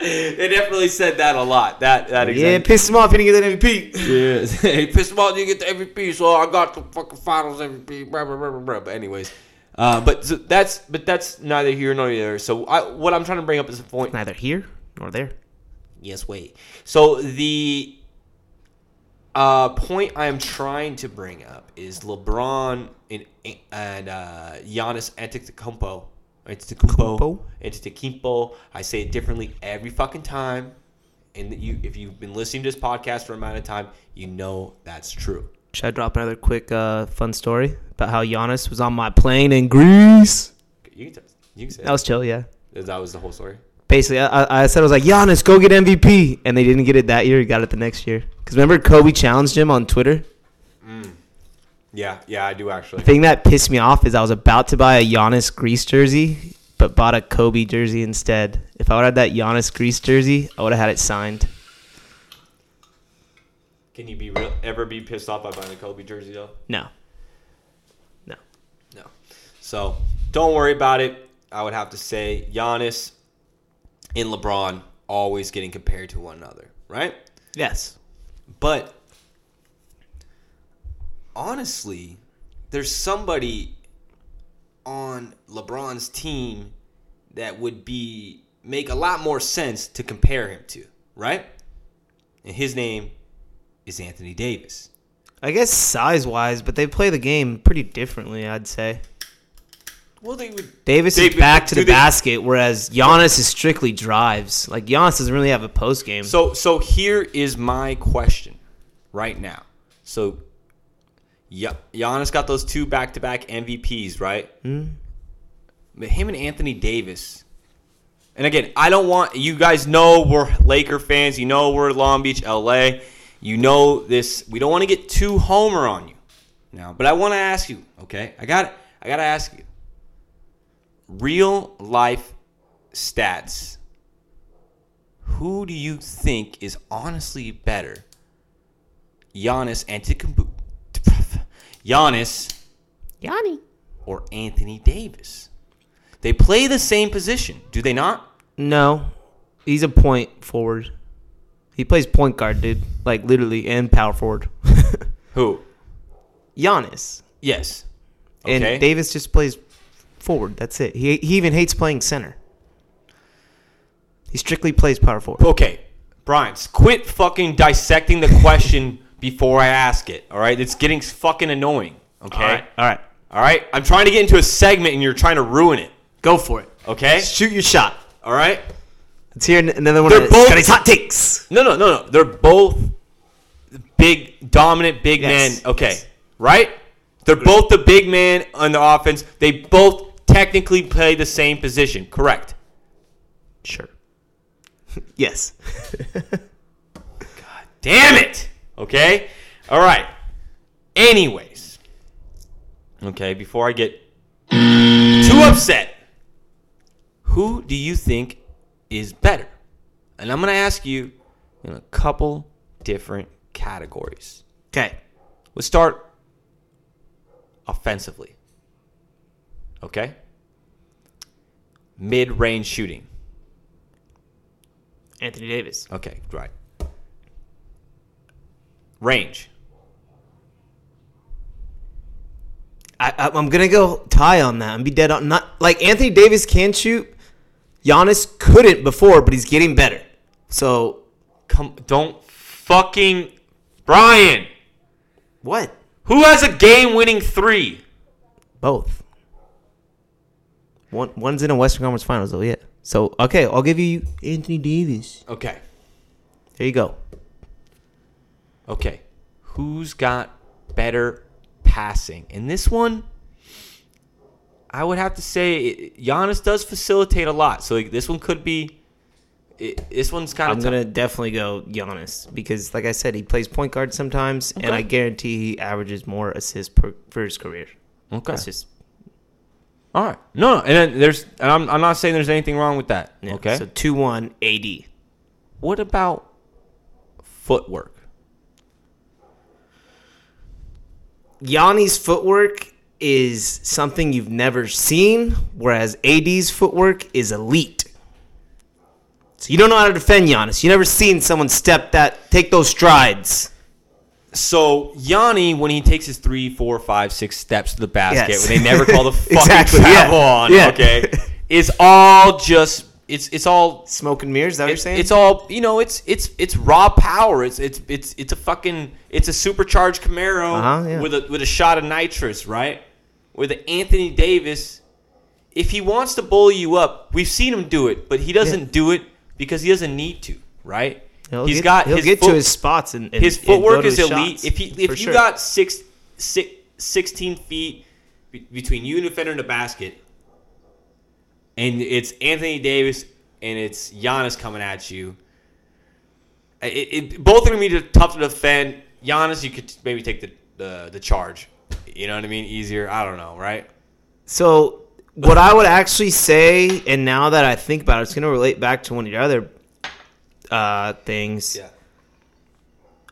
S6: they definitely said that a lot. That that
S4: yeah, it
S6: exact-
S4: pissed him off. He didn't get that MVP.
S6: Yeah, he pissed him off. You get the MVP, so I got the fucking finals MVP. Blah, blah, blah, blah, blah. But anyways, uh, but so that's but that's neither here nor there. So I, what I'm trying to bring up is a point.
S4: Neither here nor there.
S6: Yes, wait. So the uh, point I am trying to bring up is LeBron and and uh, Giannis Antetokounmpo. Antetokounmpo.
S4: Kumpo?
S6: Antetokounmpo. I say it differently every fucking time. And you, if you've been listening to this podcast for an amount of time, you know that's true.
S4: Should I drop another quick uh, fun story about how Giannis was on my plane in Greece?
S6: You can, t- you can say
S4: That was chill, yeah.
S6: that. that was the whole story.
S4: Basically, I, I- I said I was like Giannis, go get MVP, and they didn't get it that year. He got it the next year. Cause remember Kobe challenged him on Twitter.
S6: Yeah, yeah, I do actually.
S4: thing that pissed me off is I was about to buy a Giannis Grease jersey, but bought a Kobe jersey instead. If I would have had that Giannis Grease jersey, I would have had it signed.
S6: Can you be real, ever be pissed off by buying a Kobe jersey though?
S4: No. No.
S6: No. So don't worry about it. I would have to say Giannis and LeBron always getting compared to one another, right?
S4: Yes.
S6: But honestly, there's somebody on LeBron's team that would be make a lot more sense to compare him to, right? And his name is Anthony Davis.
S4: I guess size wise, but they play the game pretty differently, I'd say.
S6: Well, they would
S4: Davis
S6: David,
S4: is back to
S6: do
S4: the
S6: they-
S4: basket, whereas Giannis is strictly drives. Like Giannis doesn't really have a post game.
S6: So so here is my question right now. So yeah, Giannis got those two back-to-back MVPs, right? But him and Anthony Davis. And again, I don't want you guys know we're Laker fans. You know we're Long Beach, LA. You know this. We don't want to get too homer on you now, but I want to ask you. Okay, I got. I got to ask you. Real life stats who do you think is honestly better? Giannis Antetokounmpo, Giannis
S4: Yanni.
S6: or Anthony Davis? They play the same position, do they not?
S4: No. He's a point forward. He plays point guard, dude. Like literally and power forward.
S6: Who?
S4: Giannis.
S6: Yes. Okay.
S4: And Davis just plays forward. That's it. He, he even hates playing center. He strictly plays power forward.
S6: Okay, Brian, quit fucking dissecting the question before I ask it. All right, it's getting fucking annoying. Okay.
S4: All right. All right.
S6: All right. I'm trying to get into a segment, and you're trying to ruin it.
S4: Go for it.
S6: Okay.
S4: Shoot your shot.
S6: All right.
S4: Let's hear an- another one
S6: They're
S4: of
S6: both-
S4: Scotty's hot takes.
S6: No, no, no, no. They're both big, dominant big
S4: Yes,
S6: men. Okay,
S4: yes.
S6: right? They're both the big man on the offense. They both technically play the same position. Correct.
S4: Sure. yes.
S6: Damn it. Okay. All right. Anyways. Okay. Before I get too upset, who do you think is better? And I'm gonna ask you in a couple different categories.
S4: Okay.
S6: Let's start offensively. Okay? Mid range shooting.
S4: Anthony Davis.
S6: Okay, right. Range.
S4: I, I, I'm gonna go tie on that and be dead on. Not like Anthony Davis can shoot. Giannis couldn't before, but he's getting better. So
S6: Come don't fucking Brian.
S4: what?
S6: Who has a game winning three?
S4: Both. One one's in a Western Conference Finals though, yeah. So okay, I'll give you Anthony Davis.
S6: Okay.
S4: There you go.
S6: Okay. Who's got better passing? In this one, I would have to say Giannis does facilitate a lot. So like, this one could be. it- this one's kind of.
S4: I'm gonna definitely go Giannis because, like I said, he plays point guard sometimes, and I guarantee he averages more assists per, for his career.
S6: Okay.
S4: That's just
S6: All right. No, no, and then there's and I'm I'm not saying there's anything wrong with that.
S4: Yeah,
S6: okay.
S4: So 2 1 AD.
S6: what about footwork?
S4: Yanni's footwork is something you've never seen, whereas AD's footwork is elite. So you don't know how to defend Giannis. You never seen someone step that, take those strides.
S6: So Yanni, when he takes his three, four, five, six steps to the basket,
S4: Yes.
S6: when they never call the fucking
S4: Exactly, yeah,
S6: travel on,
S4: yeah.
S6: okay, it's all just it's it's all
S4: Smoke and mirrors, is that what you're saying?
S6: it's all you know. It's it's it's raw power. It's it's it's it's a fucking it's a supercharged Camaro
S4: Uh-huh, yeah.
S6: with a with a shot of nitrous, right? With the Anthony Davis, if he wants to bully you up, we've seen him do it, but he doesn't do it because he doesn't need to, right?
S4: He'll
S6: He's
S4: get-
S6: got
S4: he'll
S6: his
S4: get
S6: foot-
S4: to his spots and, and
S6: his
S4: and go
S6: footwork
S4: to
S6: is
S4: his
S6: elite.
S4: shots,
S6: if he, if
S4: for
S6: you
S4: sure.
S6: got six, six, 16 feet be- between you and the defender in the basket, and it's Anthony Davis and it's Giannis coming at you, it, it, both are going to be tough to defend. Giannis, you could maybe take the, the the charge. You know what I mean? Easier. I don't know, right?
S4: So what I would actually say, and now that I think about it, it's going to relate back to one of your other uh, things.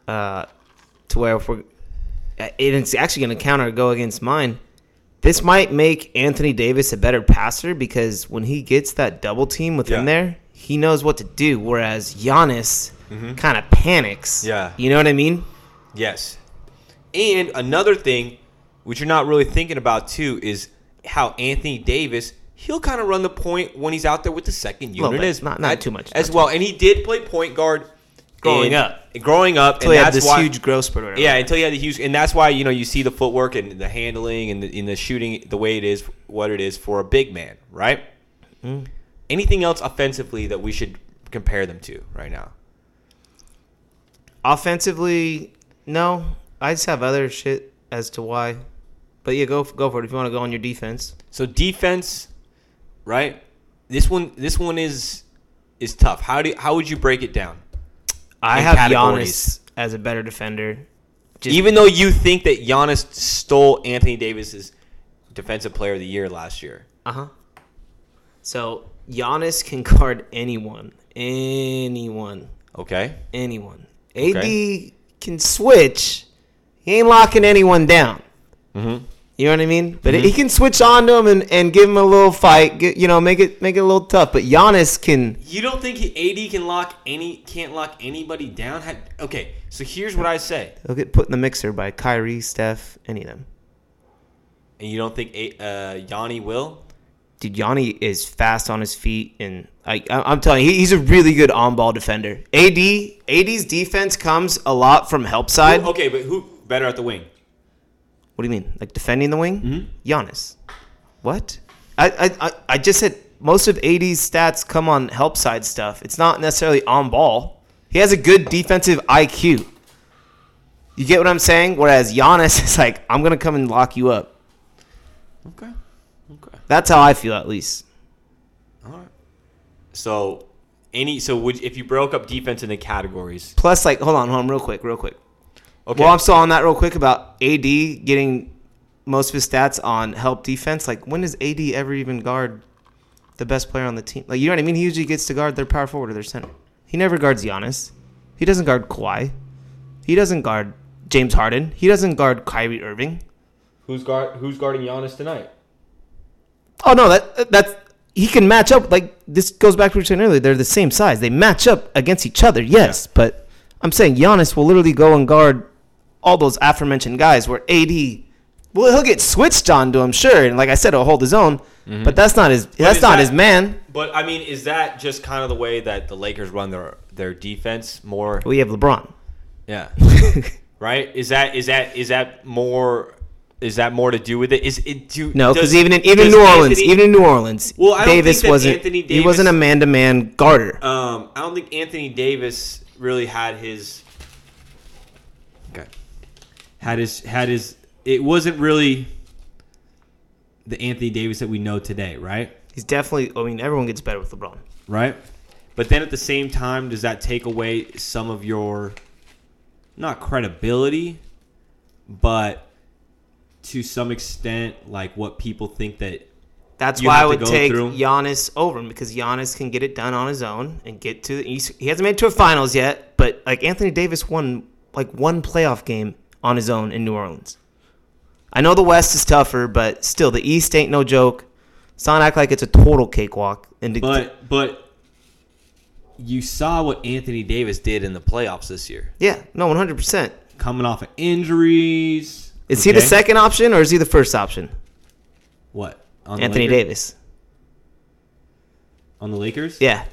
S4: Uh, to where if we're, uh, and it's actually going to counter go against mine. This might make Anthony Davis a better passer because when he gets that double team within
S6: Yeah.
S4: there, he knows what to do. Whereas Giannis kind of panics.
S6: Mm-hmm. Yeah.
S4: you know what I mean.
S6: Yes. And another thing, which you're not really thinking about too, is how Anthony Davis he'll kind of run the point when he's out there with the second
S4: Little
S6: unit
S4: bit.
S6: as
S4: Not- not
S6: at-
S4: too much,
S6: as
S4: not too
S6: well. And he did play point guard
S4: Growing
S6: in-
S4: up.
S6: growing up,
S4: So
S6: and
S4: he had
S6: that's
S4: this
S6: why-
S4: huge growth spurt. or whatever.
S6: yeah, until you had the huge, and that's why you know you see the footwork and the handling and the, in the shooting the way it is, what it is for a big man, right?
S4: Mm-hmm.
S6: Anything else offensively that we should compare them to right now?
S4: Offensively, no. I just have other shit as to why. But yeah, go go for it if you want to go on your defense.
S6: So defense, right? This one, this one is is tough. How do how would you break it down?
S4: I
S6: And
S4: have Giannis
S6: categories.
S4: as a better defender. Just-
S6: Even though you think that Giannis stole Anthony Davis's defensive player of the year last year,
S4: Uh huh. So Giannis can guard anyone, anyone,
S6: okay?
S4: anyone. AD can switch. He ain't locking anyone down.
S6: Mm-hmm.
S4: You know what I mean? But he can switch on to him and, and give him a little fight. Get, you know, make it make it a little tough. But Giannis can
S6: You don't think he, AD can lock any can't lock anybody down? How- Okay, so here's what I say,
S4: He'll get put in the mixer by Kyrie, Steph, any of them.
S6: and you don't think a, uh, Yanni will?
S4: Dude, Yanni is fast on his feet, and I, I- I'm telling you, he- he's a really good on-ball defender. AD, AD's defense comes a lot from help side.
S6: Oh, Okay, but who better at the wing?
S4: What do you mean, like defending the wing? Mm-hmm. Giannis. What? I, I, I, I just said most of AD's stats come on help side stuff. It's not necessarily on ball. He has a good defensive IQ. You get what I'm saying? Whereas Giannis is like, I'm gonna come and lock you up.
S6: Okay, okay.
S4: That's how I feel, at least.
S6: So any so would if you broke up defense into categories?
S4: Plus, like, hold on, hold on, real quick, real quick.
S6: Okay,
S4: Well, I'm still on that real quick about AD getting most of his stats on help defense. Like, when does AD ever even guard the best player on the team? Like, you know what I mean? He usually gets to guard their power forward or their center. He never guards Giannis. He doesn't guard Kawhi. He doesn't guard James Harden. He doesn't guard Kyrie Irving.
S6: Who's guard? Who's guarding Giannis tonight?
S4: Oh no, that that's he can match up. Like this goes back to what we were saying earlier. They're the same size. They match up against each other. Yes, but I'm saying Giannis will literally go and guard all those aforementioned guys. Where AD, well, he'll get switched on to him, sure. And like I said, he'll hold his own.
S6: Mm-hmm.
S4: But that's not his. that's
S6: is
S4: not
S6: that-
S4: his man.
S6: But I mean, is that just kind of the way that the Lakers run their their defense more?
S4: We have LeBron.
S6: Yeah. right? Is that is that is that more is that more to do with it? Is it do
S4: No, because
S6: does-
S4: even in even
S6: does
S4: New Orleans,
S6: Anthony-
S4: even in New Orleans,
S6: Well, I don't
S4: Davis
S6: think that
S4: wasn't.
S6: Anthony
S4: he wasn't a
S6: Davis-
S4: man to man guarder.
S6: um, I don't think Anthony Davis really had his okay had his had his it wasn't really the Anthony Davis that we know today, right?
S4: He's definitely. I mean, everyone gets better with LeBron.
S6: right? But then at the same time, does that take away some of your not credibility, but to some extent, like what people think that
S4: That's
S6: you
S4: why I
S6: have to
S4: would
S6: go
S4: take
S6: through?
S4: Giannis over him because Giannis can get it done on his own and get to. He's, he hasn't made it to a finals yet, but like Anthony Davis won like one playoff game on his own in New Orleans. I know the West is tougher, but still the East ain't no joke. Son act like it's a total cakewalk. And to-
S6: But but you saw what Anthony Davis did in the playoffs this year,
S4: yeah, no, one hundred percent.
S6: coming off of injuries.
S4: Is he the
S6: Okay.
S4: second option or is he the first option?
S6: What on the
S4: Anthony
S6: Lakers?
S4: Davis.
S6: on the Lakers?
S4: Yeah.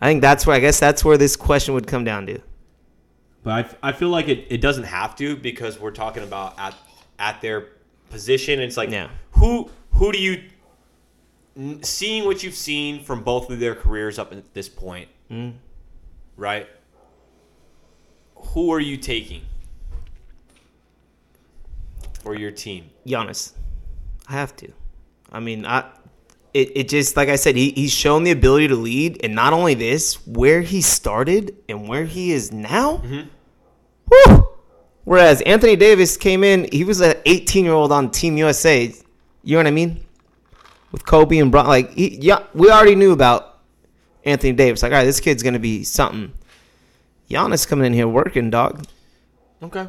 S4: I think that's where I guess that's where this question would come down to.
S6: But I f- I, feel like it, it doesn't have to because we're talking about at at their position. It's like
S4: Yeah.
S6: who who do you n- seeing what you've seen from both of their careers up at this point, right? Who are you taking for your team?
S4: Giannis. I have to. I mean, I it, it just like I said, he, he's shown the ability to lead, and not only this, where he started and where he is now. Whew! Whereas Anthony Davis came in, he was an 18 year old on Team USA. You know what I mean? With Kobe and Bron, like he, yeah, we already knew about Anthony Davis. Like, all right, this kid's gonna be something. Giannis coming in here working, dog.
S6: Okay.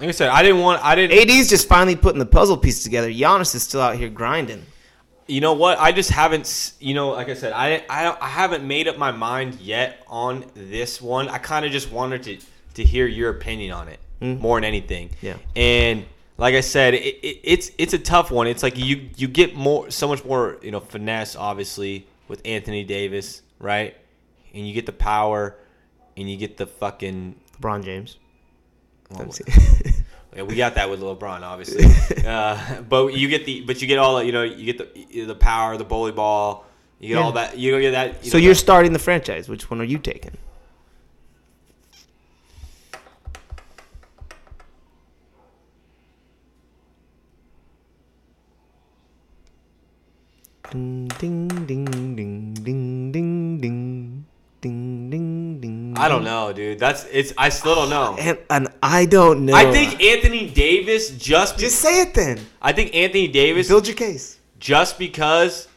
S6: Like I said, I didn't want I didn't
S4: AD's just finally putting the puzzle piece together. Giannis is still out here grinding.
S6: you know what? I just haven't, s- you know, like I said, I I, don't- I haven't made up my mind yet on this one. I kind of just wanted to to hear your opinion on it more than anything.
S4: Yeah.
S6: And like I said, it, it, it's it's a tough one. It's like you you get more so much more you know finesse obviously with Anthony Davis, right? And you get the power, and you get the fucking
S4: LeBron James.
S6: yeah, we got that with LeBron, obviously. uh, but you get the, but you get all that, you know, you get the the power, the bully ball, you get
S4: Yeah.
S6: all that, you get that. You
S4: so
S6: know,
S4: you're
S6: that-
S4: starting the franchise. Which one are you taking? Ding ding ding ding ding ding ding ding ding ding.
S6: I don't know, dude. That's it's. I still don't know.
S4: And, and I don't know.
S6: I think Anthony Davis just. Be,
S4: Just say it then.
S6: I think Anthony Davis
S4: Build your case.
S6: just because.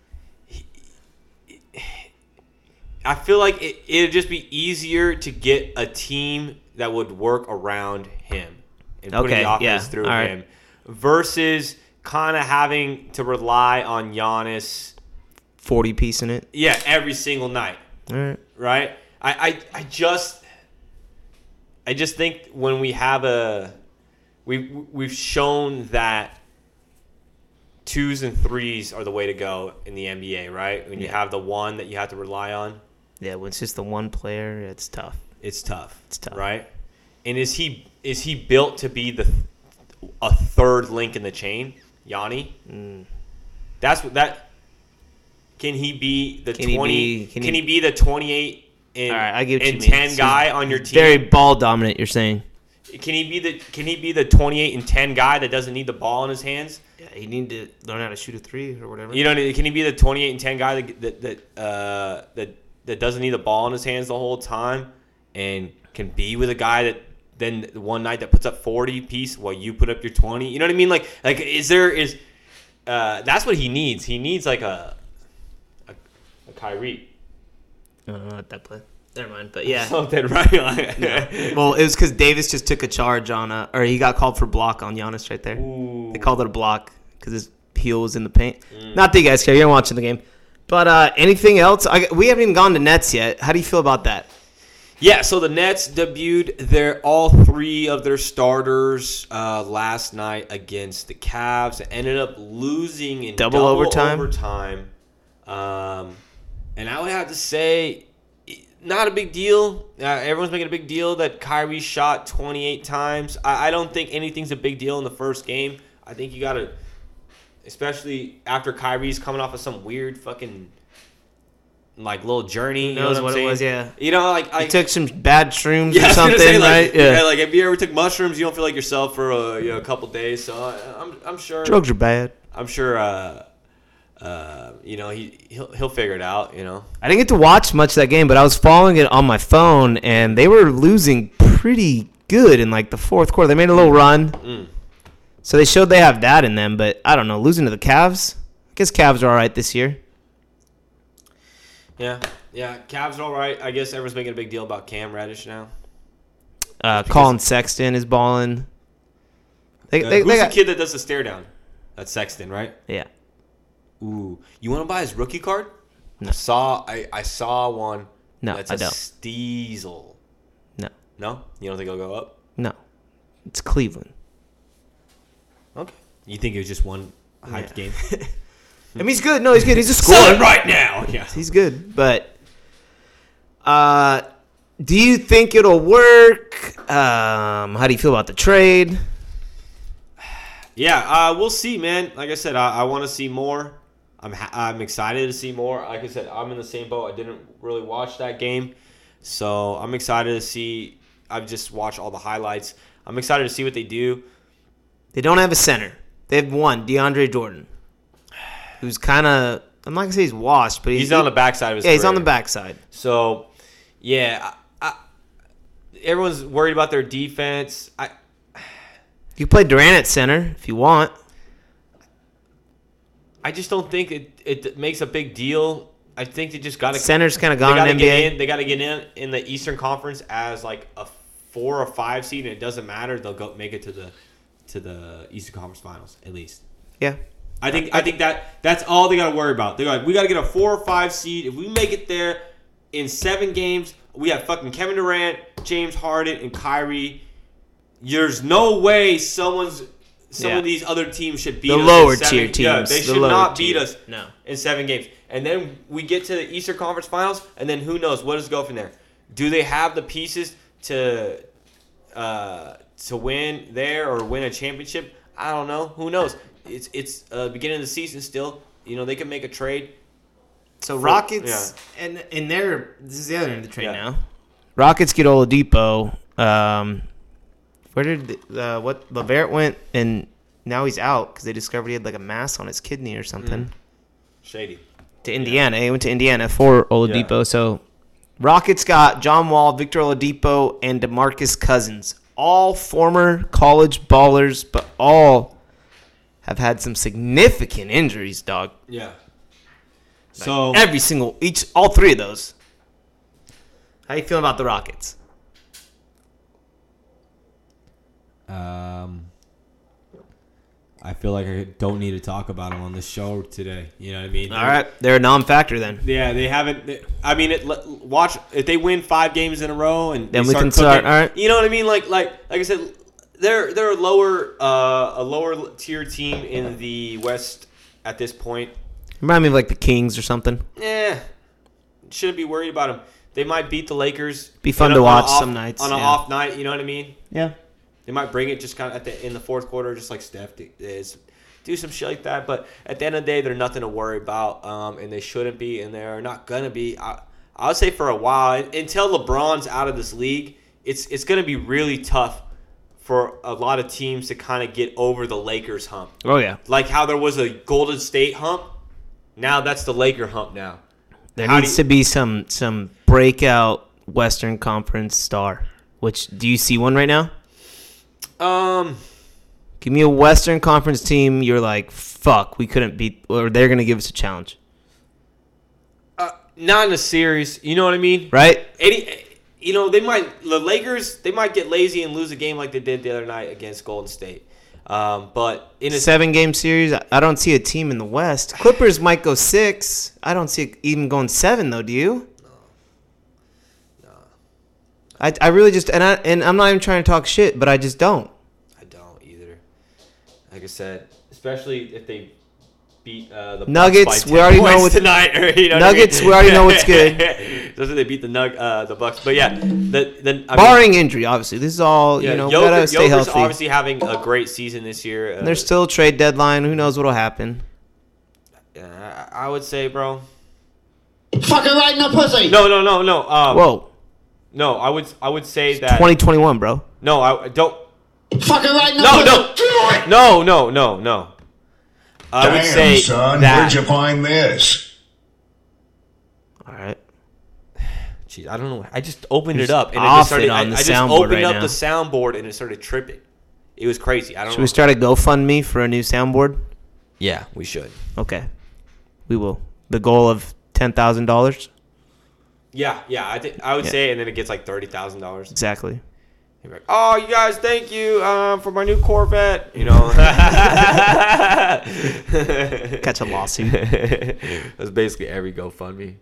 S6: I feel like it, it'd just be easier to get a team that would work around him and put
S4: Okay,
S6: the offense
S4: yeah,
S6: through
S4: all right.
S6: him versus kind of having to rely on Giannis,
S4: Forty piece in it.
S6: yeah, every single night
S4: All right.
S6: right? I, I I just I just think when we have a we we've shown that twos and threes are the way to go in the NBA, right? When you have the one that you have to rely on,
S4: Yeah, when it's just the one player, it's tough.
S6: it's tough. It's
S4: tough.
S6: right? And is he is he built to be the a third link in the chain, Yanni?
S4: Mm.
S6: That's what that. Can he be the
S4: Can he
S6: twenty?
S4: be-
S6: can,
S4: can
S6: he,
S4: he-
S6: be the twenty-eight and,
S4: All right, I get what
S6: and
S4: you mean.
S6: ten
S4: So
S6: guy on your team?
S4: Very ball dominant. You're saying.
S6: Can he be the Can he be the twenty eight and ten guy that doesn't need the ball in his hands?
S4: Yeah, you need to learn how to shoot a three or whatever.
S6: You know, can he be the twenty eight and ten guy that that that, uh, that that doesn't need the ball in his hands the whole time and can be with a guy that then one night that puts up forty piece while you put up your twenty? You know what I mean? Like like is there is uh, that's what he needs. He needs like a a, a Kyrie.
S4: I don't know what that play. Never mind. But yeah.
S6: Something right? Like,
S4: well, it was because Davis just took a charge on a, or he got called for block on Giannis right there.
S6: Ooh.
S4: They called it a block because his heel was in the paint. Not that you guys care. You're watching the game. But uh, anything else? I, we haven't even gone to Nets yet. How do you feel about that?
S6: Yeah, so the Nets debuted their all three of their starters uh, last night against the Cavs. It ended up losing in
S4: Double overtime?
S6: overtime. Um, and I would have to say, not a big deal. Uh, everyone's making a big deal that Kyrie shot 28 times. I, I don't think anything's a big deal in the first game. I think you got to, especially after Kyrie's coming off of some weird fucking like little journey. you know
S4: knows
S6: I'm
S4: what it
S6: saying?
S4: was, yeah.
S6: You know, like I
S4: He took some bad shrooms
S6: I
S4: or
S6: was gonna
S4: something,
S6: say, like,
S4: right?
S6: Yeah.
S4: Yeah.
S6: Like if you ever took mushrooms, you don't feel like yourself for a, you know, a couple days. So I, I'm I'm sure
S4: Drugs are bad.
S6: I'm sure. Uh, uh, you know he he'll, he'll figure it out. You know.
S4: I didn't get to watch much of that game, but I was following it on my phone, and
S6: Mm.
S4: they were losing pretty good in like the fourth quarter. They made a little run. So they showed they have that in them, but I don't know. Losing to the Cavs, I guess Cavs are all right this year.
S6: Yeah, yeah. Cavs all right. I guess everyone's making a big deal about Cam Radish now.
S4: Uh, Colin Sexton is balling. They,
S6: Uh,
S4: they,
S6: who's
S4: they
S6: the
S4: got,
S6: kid that does the stare down? That's Sexton, right?
S4: yeah.
S6: Ooh, you want to buy his rookie card? I saw I, I saw one.
S4: No,
S6: that's
S4: I
S6: a
S4: don't.
S6: Steezel.
S4: No,
S6: No, you don't think it'll go up?
S4: no, it's Cleveland.
S6: Okay. You think it was just one hyped game?
S4: I mean, he's good. No, he's good. He's a
S6: Sell
S4: scorer.
S6: it Hmm. right now. Yeah.
S4: He's good, but uh, do you think it'll work? Um, how do you feel about the trade?
S6: Yeah. Uh, we'll see, man. Like I said, I, I want to see more. I'm ha- I'm excited to see more. Like I said, I'm in the same boat. I didn't really watch that game, so I'm excited to see. I've just watched all the highlights. I'm excited to see what they do.
S4: They don't have a center. They have one, DeAndre Jordan, who's kind of I'm not gonna say he's washed, but
S6: He's on the backside of his.
S4: Yeah, he's on the
S6: career.
S4: backside.
S6: So, yeah, I, I, everyone's worried about their defense. I
S4: You can play Durant at center if you want.
S6: I just don't think it, it makes a big deal. I think they just got to
S4: Center's kind of
S6: they
S4: gone
S6: gotta
S4: in
S6: get in.
S4: NBA.
S6: They got to get in in the Eastern Conference as like a four or five seed, and it doesn't matter. They'll go make it to the to the Eastern Conference Finals at least.
S4: Yeah,
S6: I think I think that that's all they got to worry about. They're like, we got to get a four or five seed. If we make it there in seven games, we have fucking Kevin Durant, James Harden, and Kyrie. There's no way someone's some
S4: Yeah.
S6: of these other teams should beat
S4: The
S6: us in
S4: lower
S6: seven-
S4: tier
S6: Yeah,
S4: teams,
S6: they
S4: the
S6: should
S4: lower
S6: not beat
S4: tier.
S6: us
S4: No.
S6: in seven games. And then we get to the Eastern Conference Finals, and then who knows what does go from there? Do they have the pieces to uh, to win there or win a championship? I don't know. Who knows? It's it's uh, beginning of the season still. You know they can make a trade.
S4: So Rockets and and they're this is the other end of the trade
S6: Yeah.
S4: now. Rockets get Oladipo. Um, where did the, uh, what Levert went and now he's out because they discovered he had like a mass on his kidney or something.
S6: Shady.
S4: Mm. To Indiana, he went to Indiana for Oladipo.
S6: Yeah.
S4: So Rockets got John Wall, Victor Oladipo, and Demarcus Cousins, all former college ballers, but all have had some significant injuries. Dog,
S6: Yeah. So
S4: every single each all three of those. How you feeling about the Rockets?
S6: um, I feel like I don't need to talk about him on the show today. You know what I mean?
S4: All right, they're a non-factor then.
S6: Yeah, they haven't. they- I mean, it, let- watch if they win five games in a row, and
S4: Then
S6: they
S4: we can start, alright.
S6: You know what I mean? Like, like, like I said, they're they're a lower uh, a lower tier team in the West at this point.
S4: Remind me of like the Kings or something.
S6: Eh, shouldn't be worried about them. They might beat the Lakers.
S4: Be fun
S6: on
S4: to
S6: a- on a
S4: watch
S6: off-
S4: some nights,
S6: on an
S4: yeah.
S6: off night. You know what I mean?
S4: Yeah.
S6: They might bring it just kind of at the in the fourth quarter, just like Steph did- is, do some shit like that. But at the end of the day, they're nothing to worry about, um, and they shouldn't be, and they're not gonna be. I, I would say for a while until LeBron's out of this league, it's it's gonna be really tough for a lot of teams to kind of get over the Lakers hump.
S4: Oh yeah.
S6: Like how there was a Golden State hump, now that's the Laker hump now.
S4: There
S6: How do
S4: needs
S6: you-
S4: to be some some breakout Western Conference star. Which do you see one right now?
S6: Um,
S4: Give me a Western Conference team. You're like, fuck, we couldn't beat, or they're gonna give us a challenge,
S6: uh, not in a series. You know what I mean?
S4: right?
S6: Any, you know, they might the Lakers. They might get lazy and lose a game like they did the other night against Golden State. Um, but in a
S4: Seven game series. I- I don't see a team in the West. Clippers might go six. I don't see it even going seven though. Do you? I, I really just and I and I'm not even trying to talk shit, but I just don't.
S6: I don't either. Like I said, especially if they beat uh, the
S4: Nuggets,
S6: Bucks by
S4: we
S6: 10
S4: already know
S6: points
S4: what-
S6: tonight. Or, you know what I
S4: Nuggets,
S6: mean?
S4: we already know what's good.
S6: Those are they beat the Nug, uh, the Bucks. But yeah, the, the I mean,
S4: Barring injury, obviously, this is all
S6: yeah,
S4: you know.
S6: Jokic-
S4: gotta stay
S6: Jokic's
S4: healthy.
S6: obviously having a great season this year. Uh,
S4: There's still a trade deadline. Who knows what'll happen?
S6: uh, I would say, bro.
S1: Fucking right in the pussy.
S6: No, no, no, no. Um,
S4: Whoa,
S6: no, I would, I would say that.
S4: 2021, bro.
S6: No, I I don't.
S1: Fucking right in the
S6: No,
S1: pussy.
S6: no. No, no, no, no. I
S7: Damn,
S6: would say
S7: son,
S6: that.
S7: where'd you find this?
S4: All right.
S6: Jeez, I don't know. I just opened it
S4: Just
S6: up and it
S4: off
S6: just started.
S4: it on
S6: I,
S4: the
S6: I just
S4: soundboard
S6: opened
S4: right
S6: up
S4: now.
S6: the soundboard and it started tripping. It was crazy. I don't
S4: Should
S6: know.
S4: we start a GoFundMe for a new soundboard?
S6: yeah, we should.
S4: Okay, we will. The goal of ten thousand dollars
S6: Yeah, yeah. I think I would
S4: Yeah.
S6: say, and then it gets like thirty thousand dollars.
S4: exactly.
S6: Like, oh, you guys, thank you um, for my new Corvette. You know, catch
S4: Catch a lawsuit.
S6: That's basically every GoFundMe.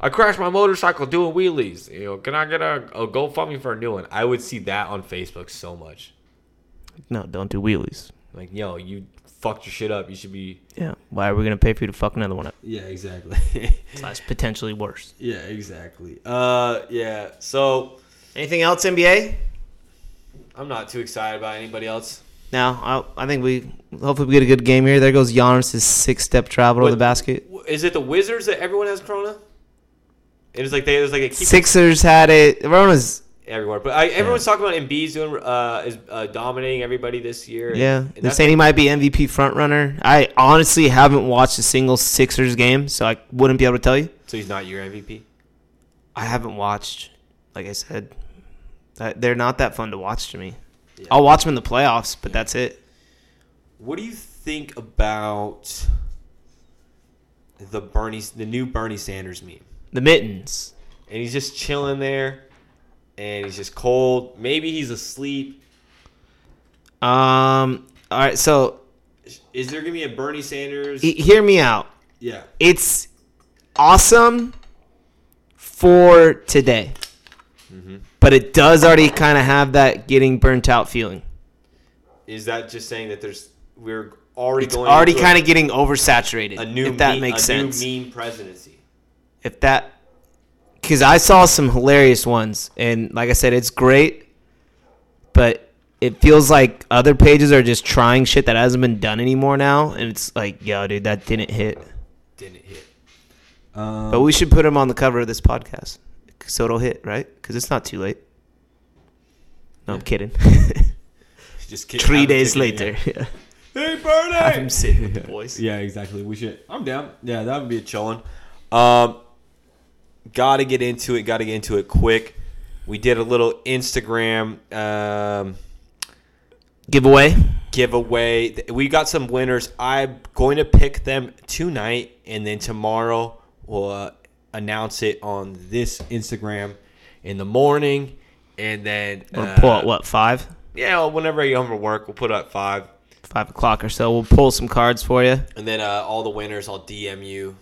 S6: I crashed my motorcycle doing wheelies. You know, can I get a, a GoFundMe for a new one? I would see that on Facebook so much.
S4: No, don't do wheelies.
S6: Like, yo, you fucked your shit up. You should be.
S4: Yeah. Why are we gonna pay for you to fuck another one up?
S6: Yeah, exactly.
S4: That's potentially worse.
S6: yeah, exactly. Uh, yeah. So
S4: Anything else, NBA?
S6: I'm not too excited about anybody else.
S4: No, I, I think we hopefully we get a good game here. There goes Giannis' six step travel to the
S6: What-
S4: basket.
S6: Is it the Wizards that everyone has Corona? It was like they it was like a keep
S4: Sixers had it. Everyone was
S6: everywhere, but I, everyone's talking about Embiid's doing uh, is uh, dominating everybody this year. and-
S4: yeah.
S6: and
S4: They're
S6: that's-
S4: saying he might be MVP front runner. I honestly haven't watched a single Sixers game, so I wouldn't be able to tell you.
S6: so he's not your MVP.
S4: I haven't watched. Like I said, that, they're not that fun to watch to me. I'll watch them in the playoffs, but that's it.
S6: What do you think about the Bernie the new Bernie Sanders meme?
S4: The mittens.
S6: And he's just chilling there, and he's just cold. Maybe he's asleep.
S4: Um. All right. So
S6: Is there gonna be a Bernie Sanders?
S4: he- hear me out.
S6: yeah,
S4: It's awesome for today, but it does already kind of have that getting burnt out feeling.
S6: is that just saying that there's we're already
S4: It's
S6: going
S4: already
S6: into a-
S4: kind of getting oversaturated.
S6: a new
S4: if that
S6: meme-
S4: makes
S6: a
S4: sense.
S6: new meme presidency.
S4: if that because i saw some hilarious ones and like i said it's great but it feels like other pages are just trying shit that hasn't been done anymore now and it's like yo dude that didn't hit
S6: Didn't hit.
S4: but we should put him on the cover of this podcast so it'll hit right because it's not too late no i'm kidding
S6: Just kidding.
S4: three
S6: I'm
S4: days
S6: kidding,
S4: later
S6: yeah.
S4: yeah.
S6: Hey, Bernie!
S4: i'm sitting with the boys
S6: Yeah, exactly. We should. I'm down. Yeah, that would be a chillin'. Um, gotta get into it. Gotta get into it quick. We did a little Instagram um,
S4: giveaway
S6: giveaway. Th- We got some winners. I'm going to pick them tonight, and then tomorrow we'll uh, announce it on this Instagram in the morning, and then
S4: we'll
S6: uh,
S4: pull out what five
S6: Yeah, well, whenever I get home from work, we'll put up five,
S4: five o'clock or so we'll pull some cards for you
S6: and then uh, all the winners, I'll DM you,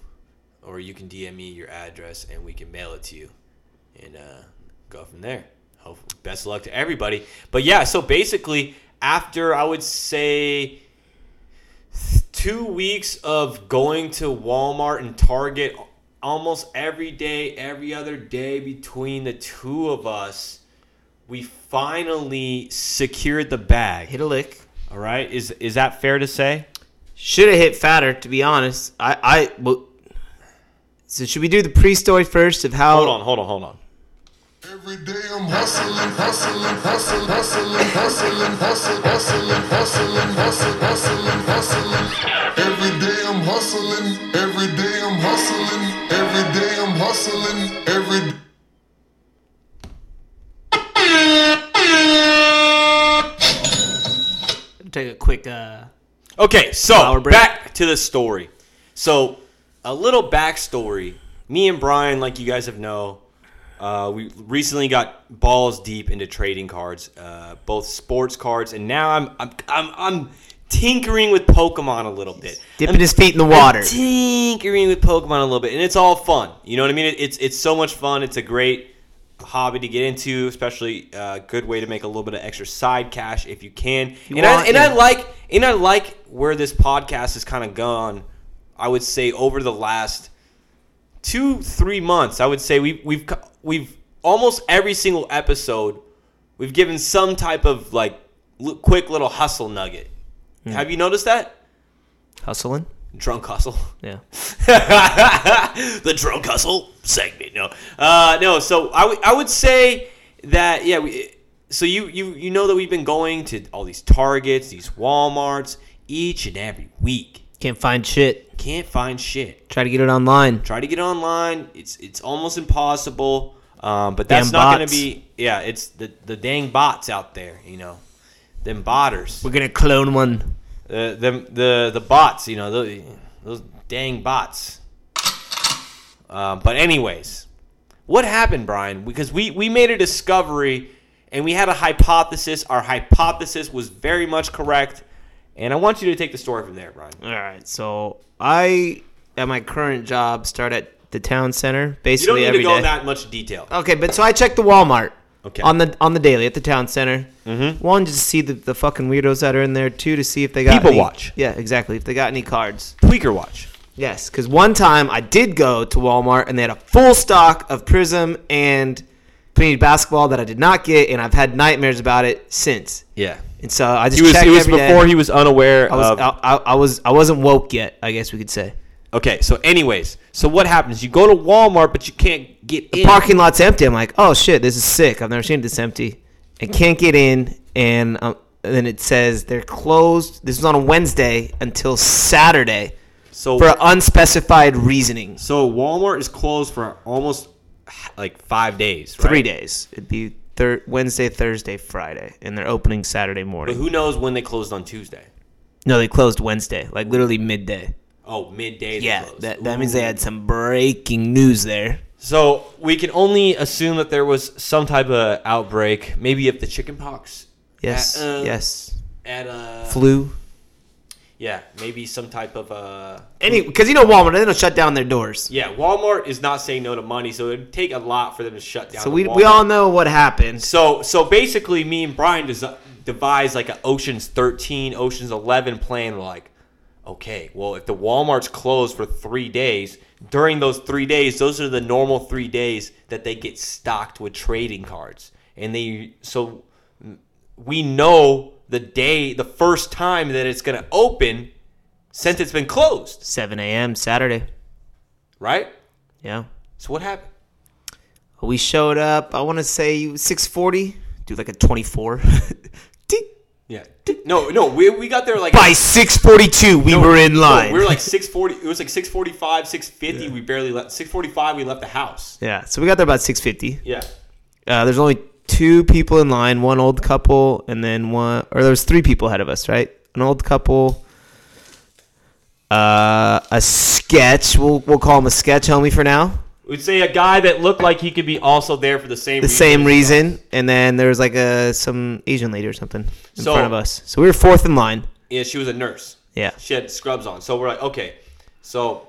S6: or you can DM me your address, and we can mail it to you, and uh, go from there. Hope best of luck to everybody. But yeah, so basically, after I would say two weeks of going to Walmart and Target almost every day, every other day between the two of us, we finally secured the bag.
S4: hit a lick
S6: All right, is is that fair to say?
S4: Should have hit fatter, to be honest. I, I, well, so should we do the pre-story first of how?
S6: Hold on, hold on, hold on.
S7: Every day I'm hustling, hustling, hustling, hustling, hustling, hustling, hustling, hustling, hustling, hustling, hustling. Every day I'm hustling, every day I'm hustling, every day I'm hustling, every day.
S4: Take a quick. uh
S6: Okay, so
S4: Flower break.
S6: back to the story. So a little backstory. Me and Brian, like you guys have know, uh, we recently got balls deep into trading cards, uh, both sports cards, and now I'm I'm I'm, I'm tinkering with Pokemon a little bit.
S4: Dipping his feet in the water.
S6: tinkering with Pokemon a little bit, and it's all fun. You know what I mean? It- It's it's so much fun. It's a great hobby to get into, especially a good way to make a little bit of extra side cash if you can. and I
S4: want-
S6: and I
S4: yeah.
S6: like and I like where this podcast has kind of gone. I would say over the last two three months, I would say we we've co- we've almost every single episode we've given some type of like l- quick little hustle nugget. Have you noticed that?
S4: Hustling.
S6: Drunk hustle.
S4: Yeah.
S6: the drunk hustle segment. No, uh, no. So I would- I would say that yeah. We, so you you you know that we've been going to all these Targets, these WalMarts each and every week.
S4: Can't find shit.
S6: Can't find shit.
S4: Try to get it online.
S6: Try to get online. It's it's almost impossible. Um, but that's
S4: Damn
S6: not going
S4: bots.
S6: to be. Yeah, it's the the dang bots out there. You know, them botters,
S4: We're gonna clone one.
S6: the them the the bots. You know those, those dang bots. Uh, but anyways, what happened, Brian? Because we we made a discovery, and we had a hypothesis. Our hypothesis was very much correct, and I want you to take the story from there, Brian.
S4: All right. So I at my current job start at the town center
S6: You don't
S4: basically
S6: need
S4: every
S6: to
S4: day.
S6: go in that much detail.
S4: Okay, but so I checked the Walmart.
S6: Okay.
S4: On the on the daily at the town center. Mm-hmm. One just to see the, the fucking weirdos that are in there. Two to see if they got
S6: People
S4: any-
S6: watch.
S4: Yeah, exactly. If they got any cards.
S6: Tweaker watch.
S4: Yes, because one time I did go to Walmart and they had a full stock of Prism and Panini basketball that I did not get, and I've had nightmares about it since.
S6: Yeah.
S4: And so I just
S6: He was,
S4: checked
S6: it was
S4: every day.
S6: before he was unaware
S4: I was,
S6: of.
S4: I, I, I was I wasn't woke yet, I guess we could say.
S6: Okay, so anyways, so what happens? You go to Walmart, but you can't get in.
S4: Parking lot's empty. I'm like, oh shit, this is sick. I've never seen this empty. And can't get in, and, um, and then it says they're closed. This was on a Wednesday until Saturday
S6: So
S4: for unspecified reasoning.
S6: so Walmart is closed for almost like five days. Right?
S4: three days. It'd be thir- Wednesday, Thursday, Friday, and they're opening Saturday
S6: But
S4: morning.
S6: who knows when they closed on Tuesday?
S4: no, they closed Wednesday, like literally midday.
S6: Oh, midday. they
S4: Yeah,
S6: closed.
S4: that, that means
S6: Ooh.
S4: they had some breaking news there.
S6: So we can only assume that there was some type of outbreak, maybe if the chicken pox.
S4: Yes,
S6: Uh, uh,
S4: yes,
S6: At a
S4: flu.
S6: yeah, maybe some type of uh
S4: Any, because you know Walmart, they don't shut down their doors.
S6: yeah. Walmart is not saying no to money, so it'd take a lot for them to shut down.
S4: So
S6: the
S4: we, we
S6: Walmart.
S4: all know what happened.
S6: So so basically, me and Brian desi- devised like an Ocean's Thirteen, Ocean's Eleven plan. We're like, okay, well, if the Walmart's closed for three days, during those three days, those are the normal three days that they get stocked with trading cards, and they so we know the day, the first time that it's gonna open since it's been closed,
S4: 7 a.m. Saturday.
S6: right?
S4: Yeah,
S6: So what happened?
S4: we showed up. I want to say 6:40. Do like a 24. Tick.
S6: Yeah. No, no, we, we got there like
S4: By 6:42, we were in
S6: No,
S4: line.
S6: we were like six forty. It was like six forty five, six fifty. We barely left. Six forty five. We left the house.
S4: yeah, so we got there about 6:50.
S6: Yeah.
S4: uh, there's only two people in line one old couple and then one or there was three people ahead of us right an old couple uh, a sketch we'll, we'll call him a sketch homie for now
S6: We'd say a guy that looked like he could be also there for the same
S4: the same reason and then there was like a some asian lady or something in
S6: So-
S4: front of us so we were fourth in line
S6: Yeah, she was a nurse.
S4: yeah
S6: She had scrubs on. So we're like, okay. So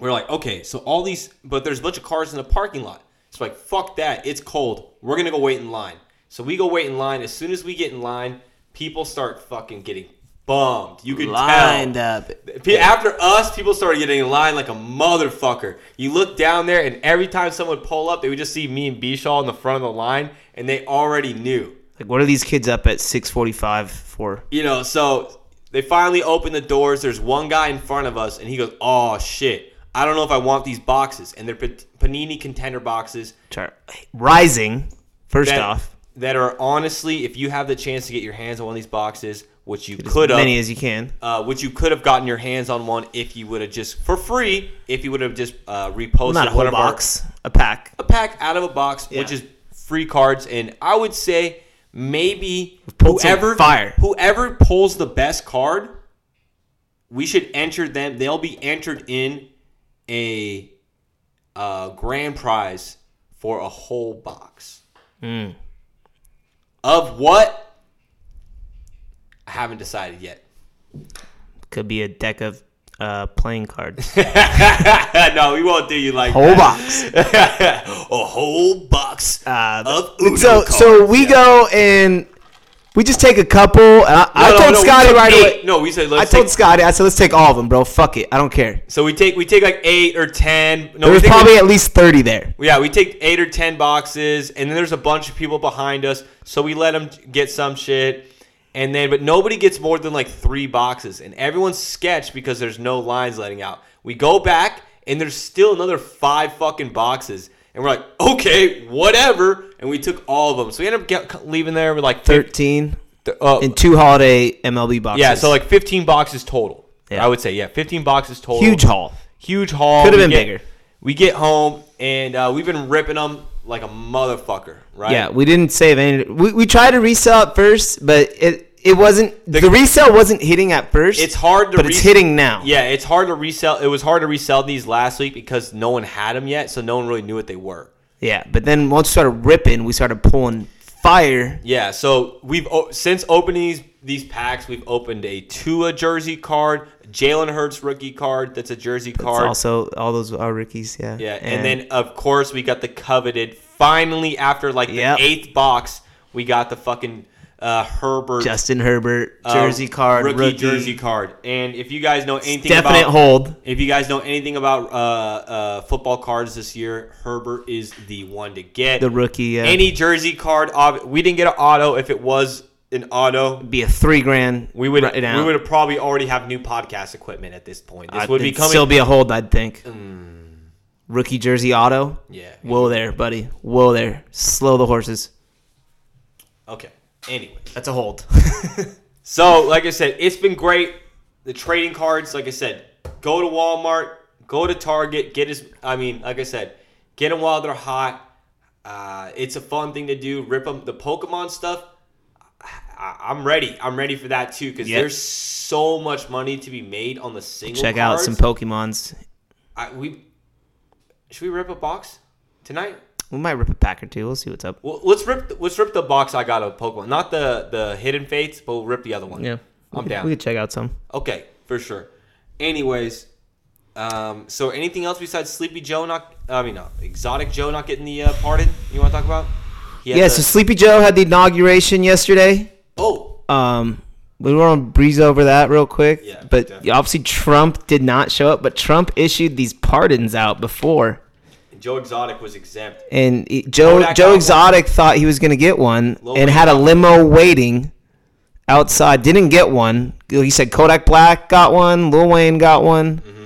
S6: we're like, okay. So all these, but there's a bunch of cars in the parking lot. It's like, fuck that. It's cold. We're gonna go wait in line. So we go wait in line. As soon as we get in line, people start fucking getting bummed. You can tell.
S4: up
S6: Pe- After us, people started getting in line like a motherfucker. You look down there, and every time someone would pull up, they would just see me and Bishaw in the front of the line, and they already knew.
S4: like what are these kids up at 6.45 for
S6: You know, so they finally open the doors. There's one guy in front of us, and he goes, "Oh shit, I don't know if I want these boxes." And they're pa- Panini contender boxes
S4: Char- rising first
S6: that,
S4: off
S6: that are honestly, if you have the chance to get your hands on one of these boxes, which you
S4: as
S6: could have,
S4: many as you can
S6: uh, which you could have gotten your hands on one if you would have just for free, if you would have just uh, reposted
S4: not a whole
S6: one of our-
S4: box a pack
S6: a pack out of a box, which
S4: Yeah.
S6: is free cards, and I would say maybe
S4: pulled some
S6: whoever
S4: fire.
S6: whoever pulls the best card, we should enter them. They'll be entered in a uh, grand prize for a whole box
S4: Hmm.
S6: of what I haven't decided yet.
S4: could be a deck of uh, playing cards.
S6: no, we won't do you like
S4: Whole
S6: that.
S4: box.
S6: a whole box
S4: Uh,
S6: of Uno
S4: so
S6: cards.
S4: so we go and we just take a couple. And I, I
S6: No, no,
S4: told
S6: no, we
S4: Scotty
S6: took
S4: right
S6: eight.
S4: away.
S6: No, we said
S4: I
S6: let's
S4: told
S6: take-
S4: Scotty. I said let's take all of them, bro. Fuck it. I don't care.
S6: So we take we take like eight or ten. No,
S4: There
S6: we
S4: was
S6: take
S4: probably at least thirty there.
S6: yeah, we take eight or ten boxes, and then there's a bunch of people behind us, so we let them get some shit, and then but nobody gets more than like three boxes, and everyone's sketched because there's no lines letting out. We go back, and there's still another five fucking boxes, and we're like, okay, whatever, and we took all of them. So we end up get, leaving there with like fif-
S4: Thirteen
S6: uh,
S4: and two holiday MLB boxes.
S6: yeah, so like 15 boxes total.
S4: Yeah.
S6: I would say yeah, 15 boxes total.
S4: huge haul.
S6: huge haul.
S4: Could've
S6: We
S4: been
S6: get-
S4: bigger.
S6: We get home and uh, we've been ripping them like a motherfucker, right?
S4: Yeah, we didn't save any. We, we tried to resell it first, but it it wasn't
S6: The-
S4: the, resale wasn't hitting at first.
S6: It's hard to
S4: but it's
S6: res-
S4: hitting now.
S6: Yeah, it's hard to resell. It was hard to resell these last week because no one had them yet, so no one really knew what they were.
S4: yeah. But then once we started ripping, we started pulling fire.
S6: Yeah, so we've o- since opening these, these packs, we've opened a Tua jersey card, Jalen Hurts rookie card. That's a jersey
S4: It's
S6: card.
S4: also all those are rookies. Yeah.
S6: yeah, and, then of course we got the coveted. Finally, after like the
S4: Yep.
S6: eighth box, we got the fucking uh, Herbert
S4: Justin Herbert
S6: uh,
S4: jersey card
S6: rookie,
S4: rookie,
S6: jersey card. And if you guys know anything
S4: definite
S6: about
S4: hold.
S6: If you guys know anything about uh, uh, football cards this year, Herbert is the one to get.
S4: The rookie. Yeah.
S6: Any jersey card, ob- we didn't get an auto. If it was an auto,
S4: be a three grand.
S6: we would
S4: right now.
S6: we would probably already have new podcast equipment at this point. This
S4: I
S6: would be
S4: think
S6: coming. Mm.
S4: still be a hold. I'd think. Rookie jersey auto.
S6: Yeah.
S4: Whoa there, buddy. Whoa there. Slow the horses.
S6: okay. Anyway,
S4: That's a hold.
S6: so like I said, it's been great. The trading cards, like I said, go to Walmart, go to Target, get his. I mean, like I said, get them while they're hot. Uh, it's a fun thing to do. Rip them. The Pokemon stuff. I, I'm ready. I'm ready for that too because
S4: Yeah.
S6: there's so much money to be made on the single.
S4: Check out some
S6: cards.
S4: Pokemons.
S6: I, we should we rip a box tonight?
S4: We might rip a pack or two. We'll see what's up.
S6: Well, let's rip th- let's rip the box I got of Pokemon, not the the Hidden Fates, but we'll rip the other one.
S4: Yeah.
S6: I'm
S4: We could-
S6: down.
S4: We could check out some.
S6: Okay, for sure. Anyways, um, so anything else besides Sleepy Joe not? I mean, not Exotic Joe not getting the uh, pardon. You want to talk about? He had
S4: Yeah,
S6: the-
S4: so Sleepy Joe had the inauguration yesterday.
S6: oh,
S4: Um, we want to breeze over that real quick.
S6: Yeah,
S4: but
S6: definitely.
S4: obviously Trump did not show up, but Trump issued these pardons out before.
S6: Joe Exotic was exempt.
S4: And he- Joe
S6: Kodak got
S4: Joe
S6: one.
S4: Exotic thought he was going to get one
S6: Lil
S4: and
S6: Wayne
S4: had a limo waiting outside. Didn't get one. He said Kodak Black got one. Lil Wayne got one.
S6: Mm-hmm.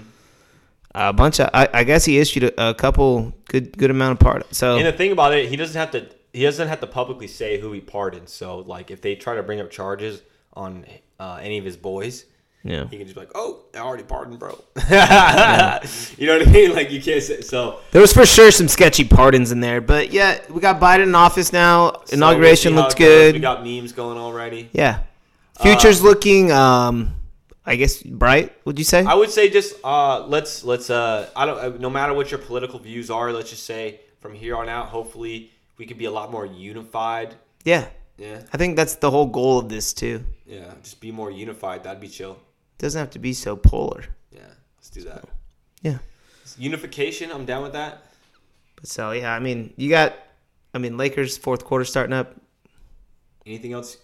S4: A bunch of. I, I guess he issued a, a couple good good amount of part. So
S6: And the thing about it, he doesn't have to. He doesn't have to publicly say who he pardoned. So, like, if they try to bring up charges on uh, any of his boys,
S4: yeah.
S6: he can just be like, "Oh, I already pardoned, bro." you know what I mean? Like, you can't say so.
S4: There was for sure some sketchy pardons in there, but yeah, we got Biden in office now. Inauguration
S6: So we'll see how
S4: looks
S6: it goes. We
S4: good.
S6: got Uh, memes going already.
S4: yeah, futures looking. Um, I guess bright. Would you say?
S6: I would say just uh, let's let's uh, I don't uh, no matter what your political views are, let's just say from here on out, hopefully we could be a lot more unified.
S4: yeah,
S6: Yeah,
S4: I think that's the whole goal of this too.
S6: yeah, just be more unified. That'd be chill.
S4: doesn't have to be so polar.
S6: Yeah, let's do that.
S4: Yeah.
S6: Unification, I'm down with that.
S4: But so yeah, I mean, you got. I mean, Lakers fourth quarter starting up.
S6: Anything else?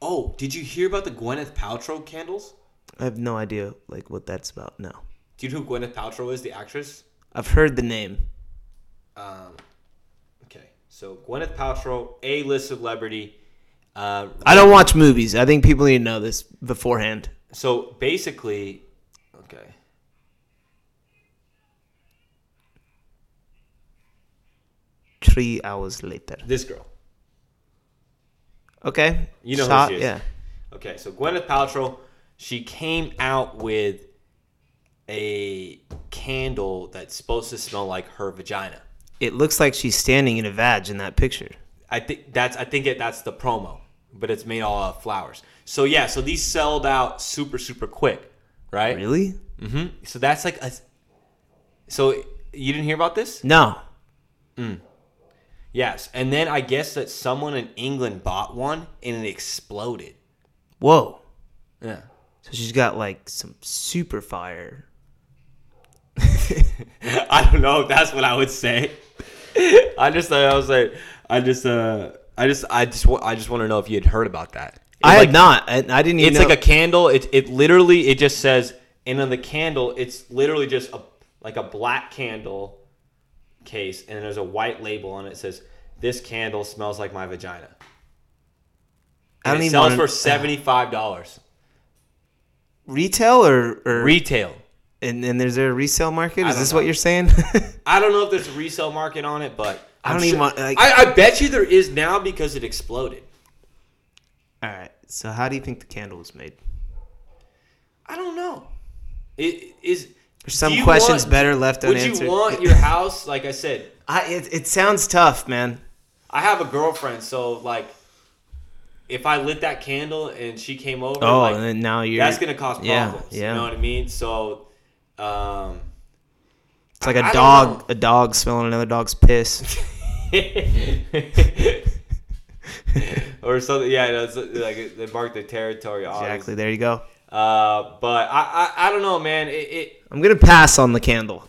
S6: Oh, did you hear about the Gwyneth Paltrow candles?
S4: I have no idea like what that's about. No,
S6: Do you know who Gwyneth Paltrow is, the actress?
S4: I've heard the name.
S6: Um, okay, so Gwyneth Paltrow, A-list celebrity. Uh,
S4: I don't watch movies. I think people need to know this beforehand.
S6: So basically, okay.
S4: Three hours later.
S6: This girl.
S4: Okay.
S6: You know who
S4: Shot-
S6: she is.
S4: Yeah.
S6: Okay, so Gwyneth Paltrow, she came out with a candle that's supposed to smell like her vagina.
S4: It looks like she's standing in a vag in that picture.
S6: I think that's I think it, that's the promo, but it's made all out of flowers. So yeah, so these sold out super super quick, right?
S4: Really?
S6: So that's like a. So you didn't hear about this?
S4: No.
S6: Yes, and then I guess that someone in England bought one and it exploded.
S4: Whoa.
S6: Yeah.
S4: So she's got like some super fire.
S6: I don't know if that's what I would say. I just I was like I just uh I just I just wa- I just want to know if you had heard about that. It's
S4: I
S6: like,
S4: had not. I, I didn't even
S6: It's
S4: know.
S6: like a candle. It it literally it just says and on the candle it's literally just a like a black candle case and there's a white label on it that says this candle smells like my vagina.
S4: I don't
S6: And it
S4: even
S6: sells
S4: wanna-
S6: for seventy five dollars
S4: retail or, or
S6: retail.
S4: and then there's a resale market. Is
S6: don't
S4: this
S6: know.
S4: what you're saying?
S6: I don't know if there's a resale market on it, but
S4: I
S6: I'm
S4: don't even want- like-
S6: I, I bet you there is now because it exploded.
S4: All right. So how do you think the candle was made?
S6: I don't know. It is.
S4: There's some
S6: do you
S4: questions
S6: want-
S4: better left
S6: Would
S4: unanswered.
S6: you want your house? Like I said,
S4: I, it, it sounds tough, man.
S6: I have a girlfriend, so like, if I lit that candle and she came over,
S4: Oh,
S6: like,
S4: and then now you're.
S6: that's gonna cause
S4: yeah,
S6: problems.
S4: yeah.
S6: You know what I mean? So, um,
S4: It's like a
S6: I don't
S4: dog.
S6: know.
S4: A dog smelling another dog's piss.
S6: or something. Yeah, no, it's like they mark the territory.
S4: exactly.
S6: Exactly.
S4: There you go.
S6: Uh, but I, I, I don't know, man. It, it,
S4: I'm gonna pass on the candle.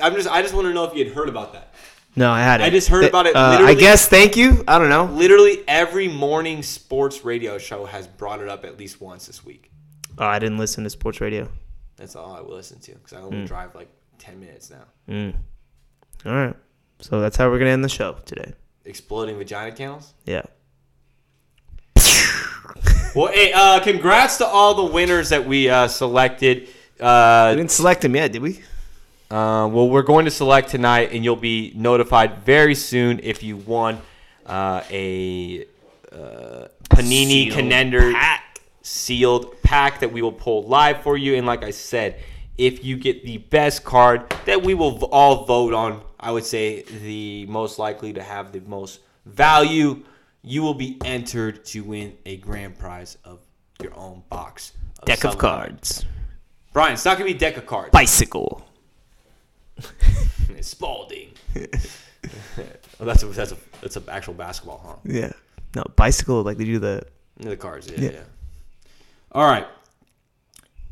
S6: I'm just, I just want to know if you had heard about that.
S4: No, I had it.
S6: I just heard
S4: Th-
S6: about it
S4: uh, I
S6: literally-
S4: guess. Thank you. I don't know.
S6: Literally every morning sports radio show has brought it up at least once this week.
S4: Oh, I didn't listen to sports radio.
S6: That's all I will listen to because I only drive like ten minutes now.
S4: All right. So that's how we're gonna end the show today.
S6: Exploding vagina candles.
S4: Yeah.
S6: Well, hey, uh, congrats to all the winners that we uh, selected.
S4: We
S6: Uh,
S4: didn't select him yet, did we?
S6: uh, well, we're going to select tonight, and you'll be notified very soon if you won uh, a uh, Panini
S4: Sealed
S6: Conender
S4: pack.
S6: sealed pack that we will pull live for you. And like I said, if you get the best card that we will v- all vote on, I would say the most likely to have the most value, you will be entered to win a grand prize of your own box.
S4: Deck of
S6: some kind.
S4: cards.
S6: Brian, it's not gonna be deck of cards.
S4: Bicycle.
S6: It's Spalding. oh, that's a, that's a that's an actual basketball, huh?
S4: Yeah. No, bicycle. Like they do the.
S6: The cards, yeah, yeah. yeah. All right.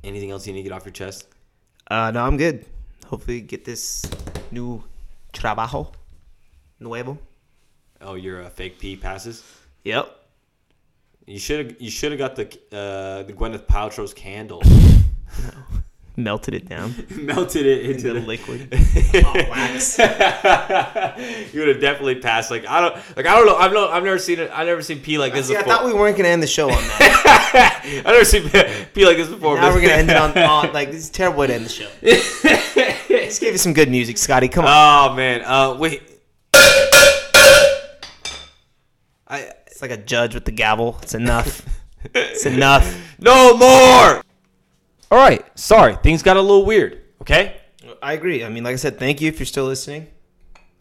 S6: Anything else you need to get off your chest?
S4: Uh, no, I'm good. Hopefully, get this new trabajo nuevo.
S6: Oh, your uh, fake pee passes.
S4: Yep.
S6: You should you should have got the uh, the Gwyneth Paltrow's candle,
S4: Melted it down.
S6: melted it into
S4: the
S6: the
S4: liquid.
S6: you would have definitely passed. Like I don't like I don't know. I've no, I've never seen it. I've never seen pee like this
S4: See, I
S6: before.
S4: thought we weren't gonna end the show on that.
S6: I've never seen pee like this before.
S4: now
S6: but-
S4: we're gonna end it on, on like this is terrible way to end the show. Let's give you some good music, Scotty. Come on.
S6: Oh man. Uh, wait.
S4: I, it's like a judge with the gavel. It's enough. it's enough.
S6: No more. All right. Sorry, things got a little weird. Okay.
S4: I agree. I mean, like I said, thank you if you're still listening.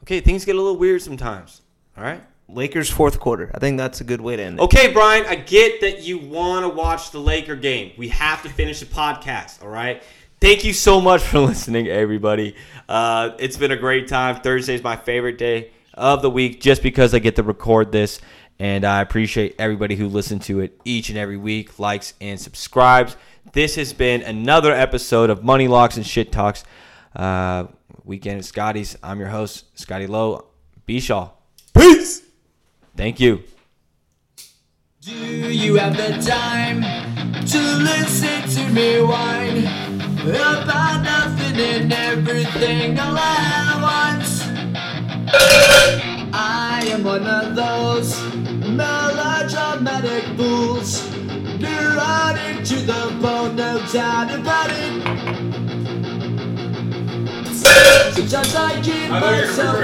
S6: Okay, things get a little weird sometimes. All right.
S4: Lakers fourth quarter. I think that's a good way to end it.
S6: Okay, Brian, I get that you want to watch the Laker game. We have to finish the podcast, all right? Thank you so much for listening, everybody. Uh, it's been a great time. Thursday is my favorite day of the week just because I get to record this. And I appreciate everybody who listens to it each and every week, likes and subscribes. This has been another episode of Money Locks and Shit Talks. Uh, weekend at Scotty's. I'm your host, Scotty Lowe. B Shaw. Peace. Thank you.
S2: Do you have the time to listen to me whine about nothing and everything all at once? I am one of those melodramatic fools, neurotic to the bone, no doubt about it. Sometimes I give myself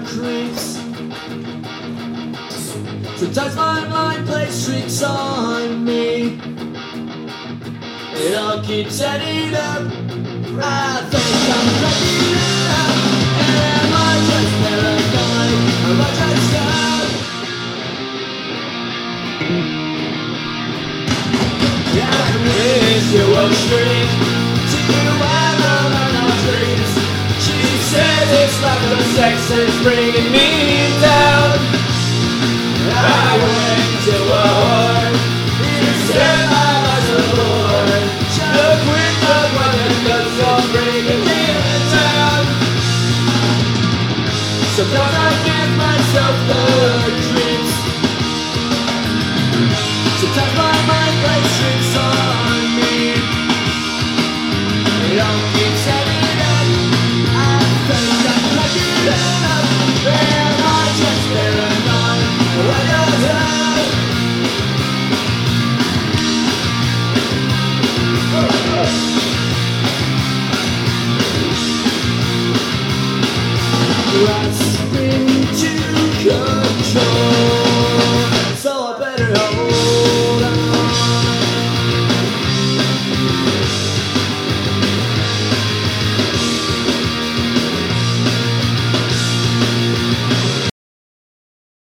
S2: the creeps. Sometimes my mind plays tricks on me. It all keeps adding up. I think I'm cracking up. And am I just paranoid? Am I just dumb? Yeah, I wish you were straight. To you, I'm all on our dreams. She says it's like the sex is bringing me down. I went to a whore. Instead, I was a whore. The queen of women does all breaking me down. Sometimes I give myself the creeps. Sometimes my mind plays tricks on me. It all keeps adding up. I think I'm cracking up. Am I just paranoid? What does love? Rise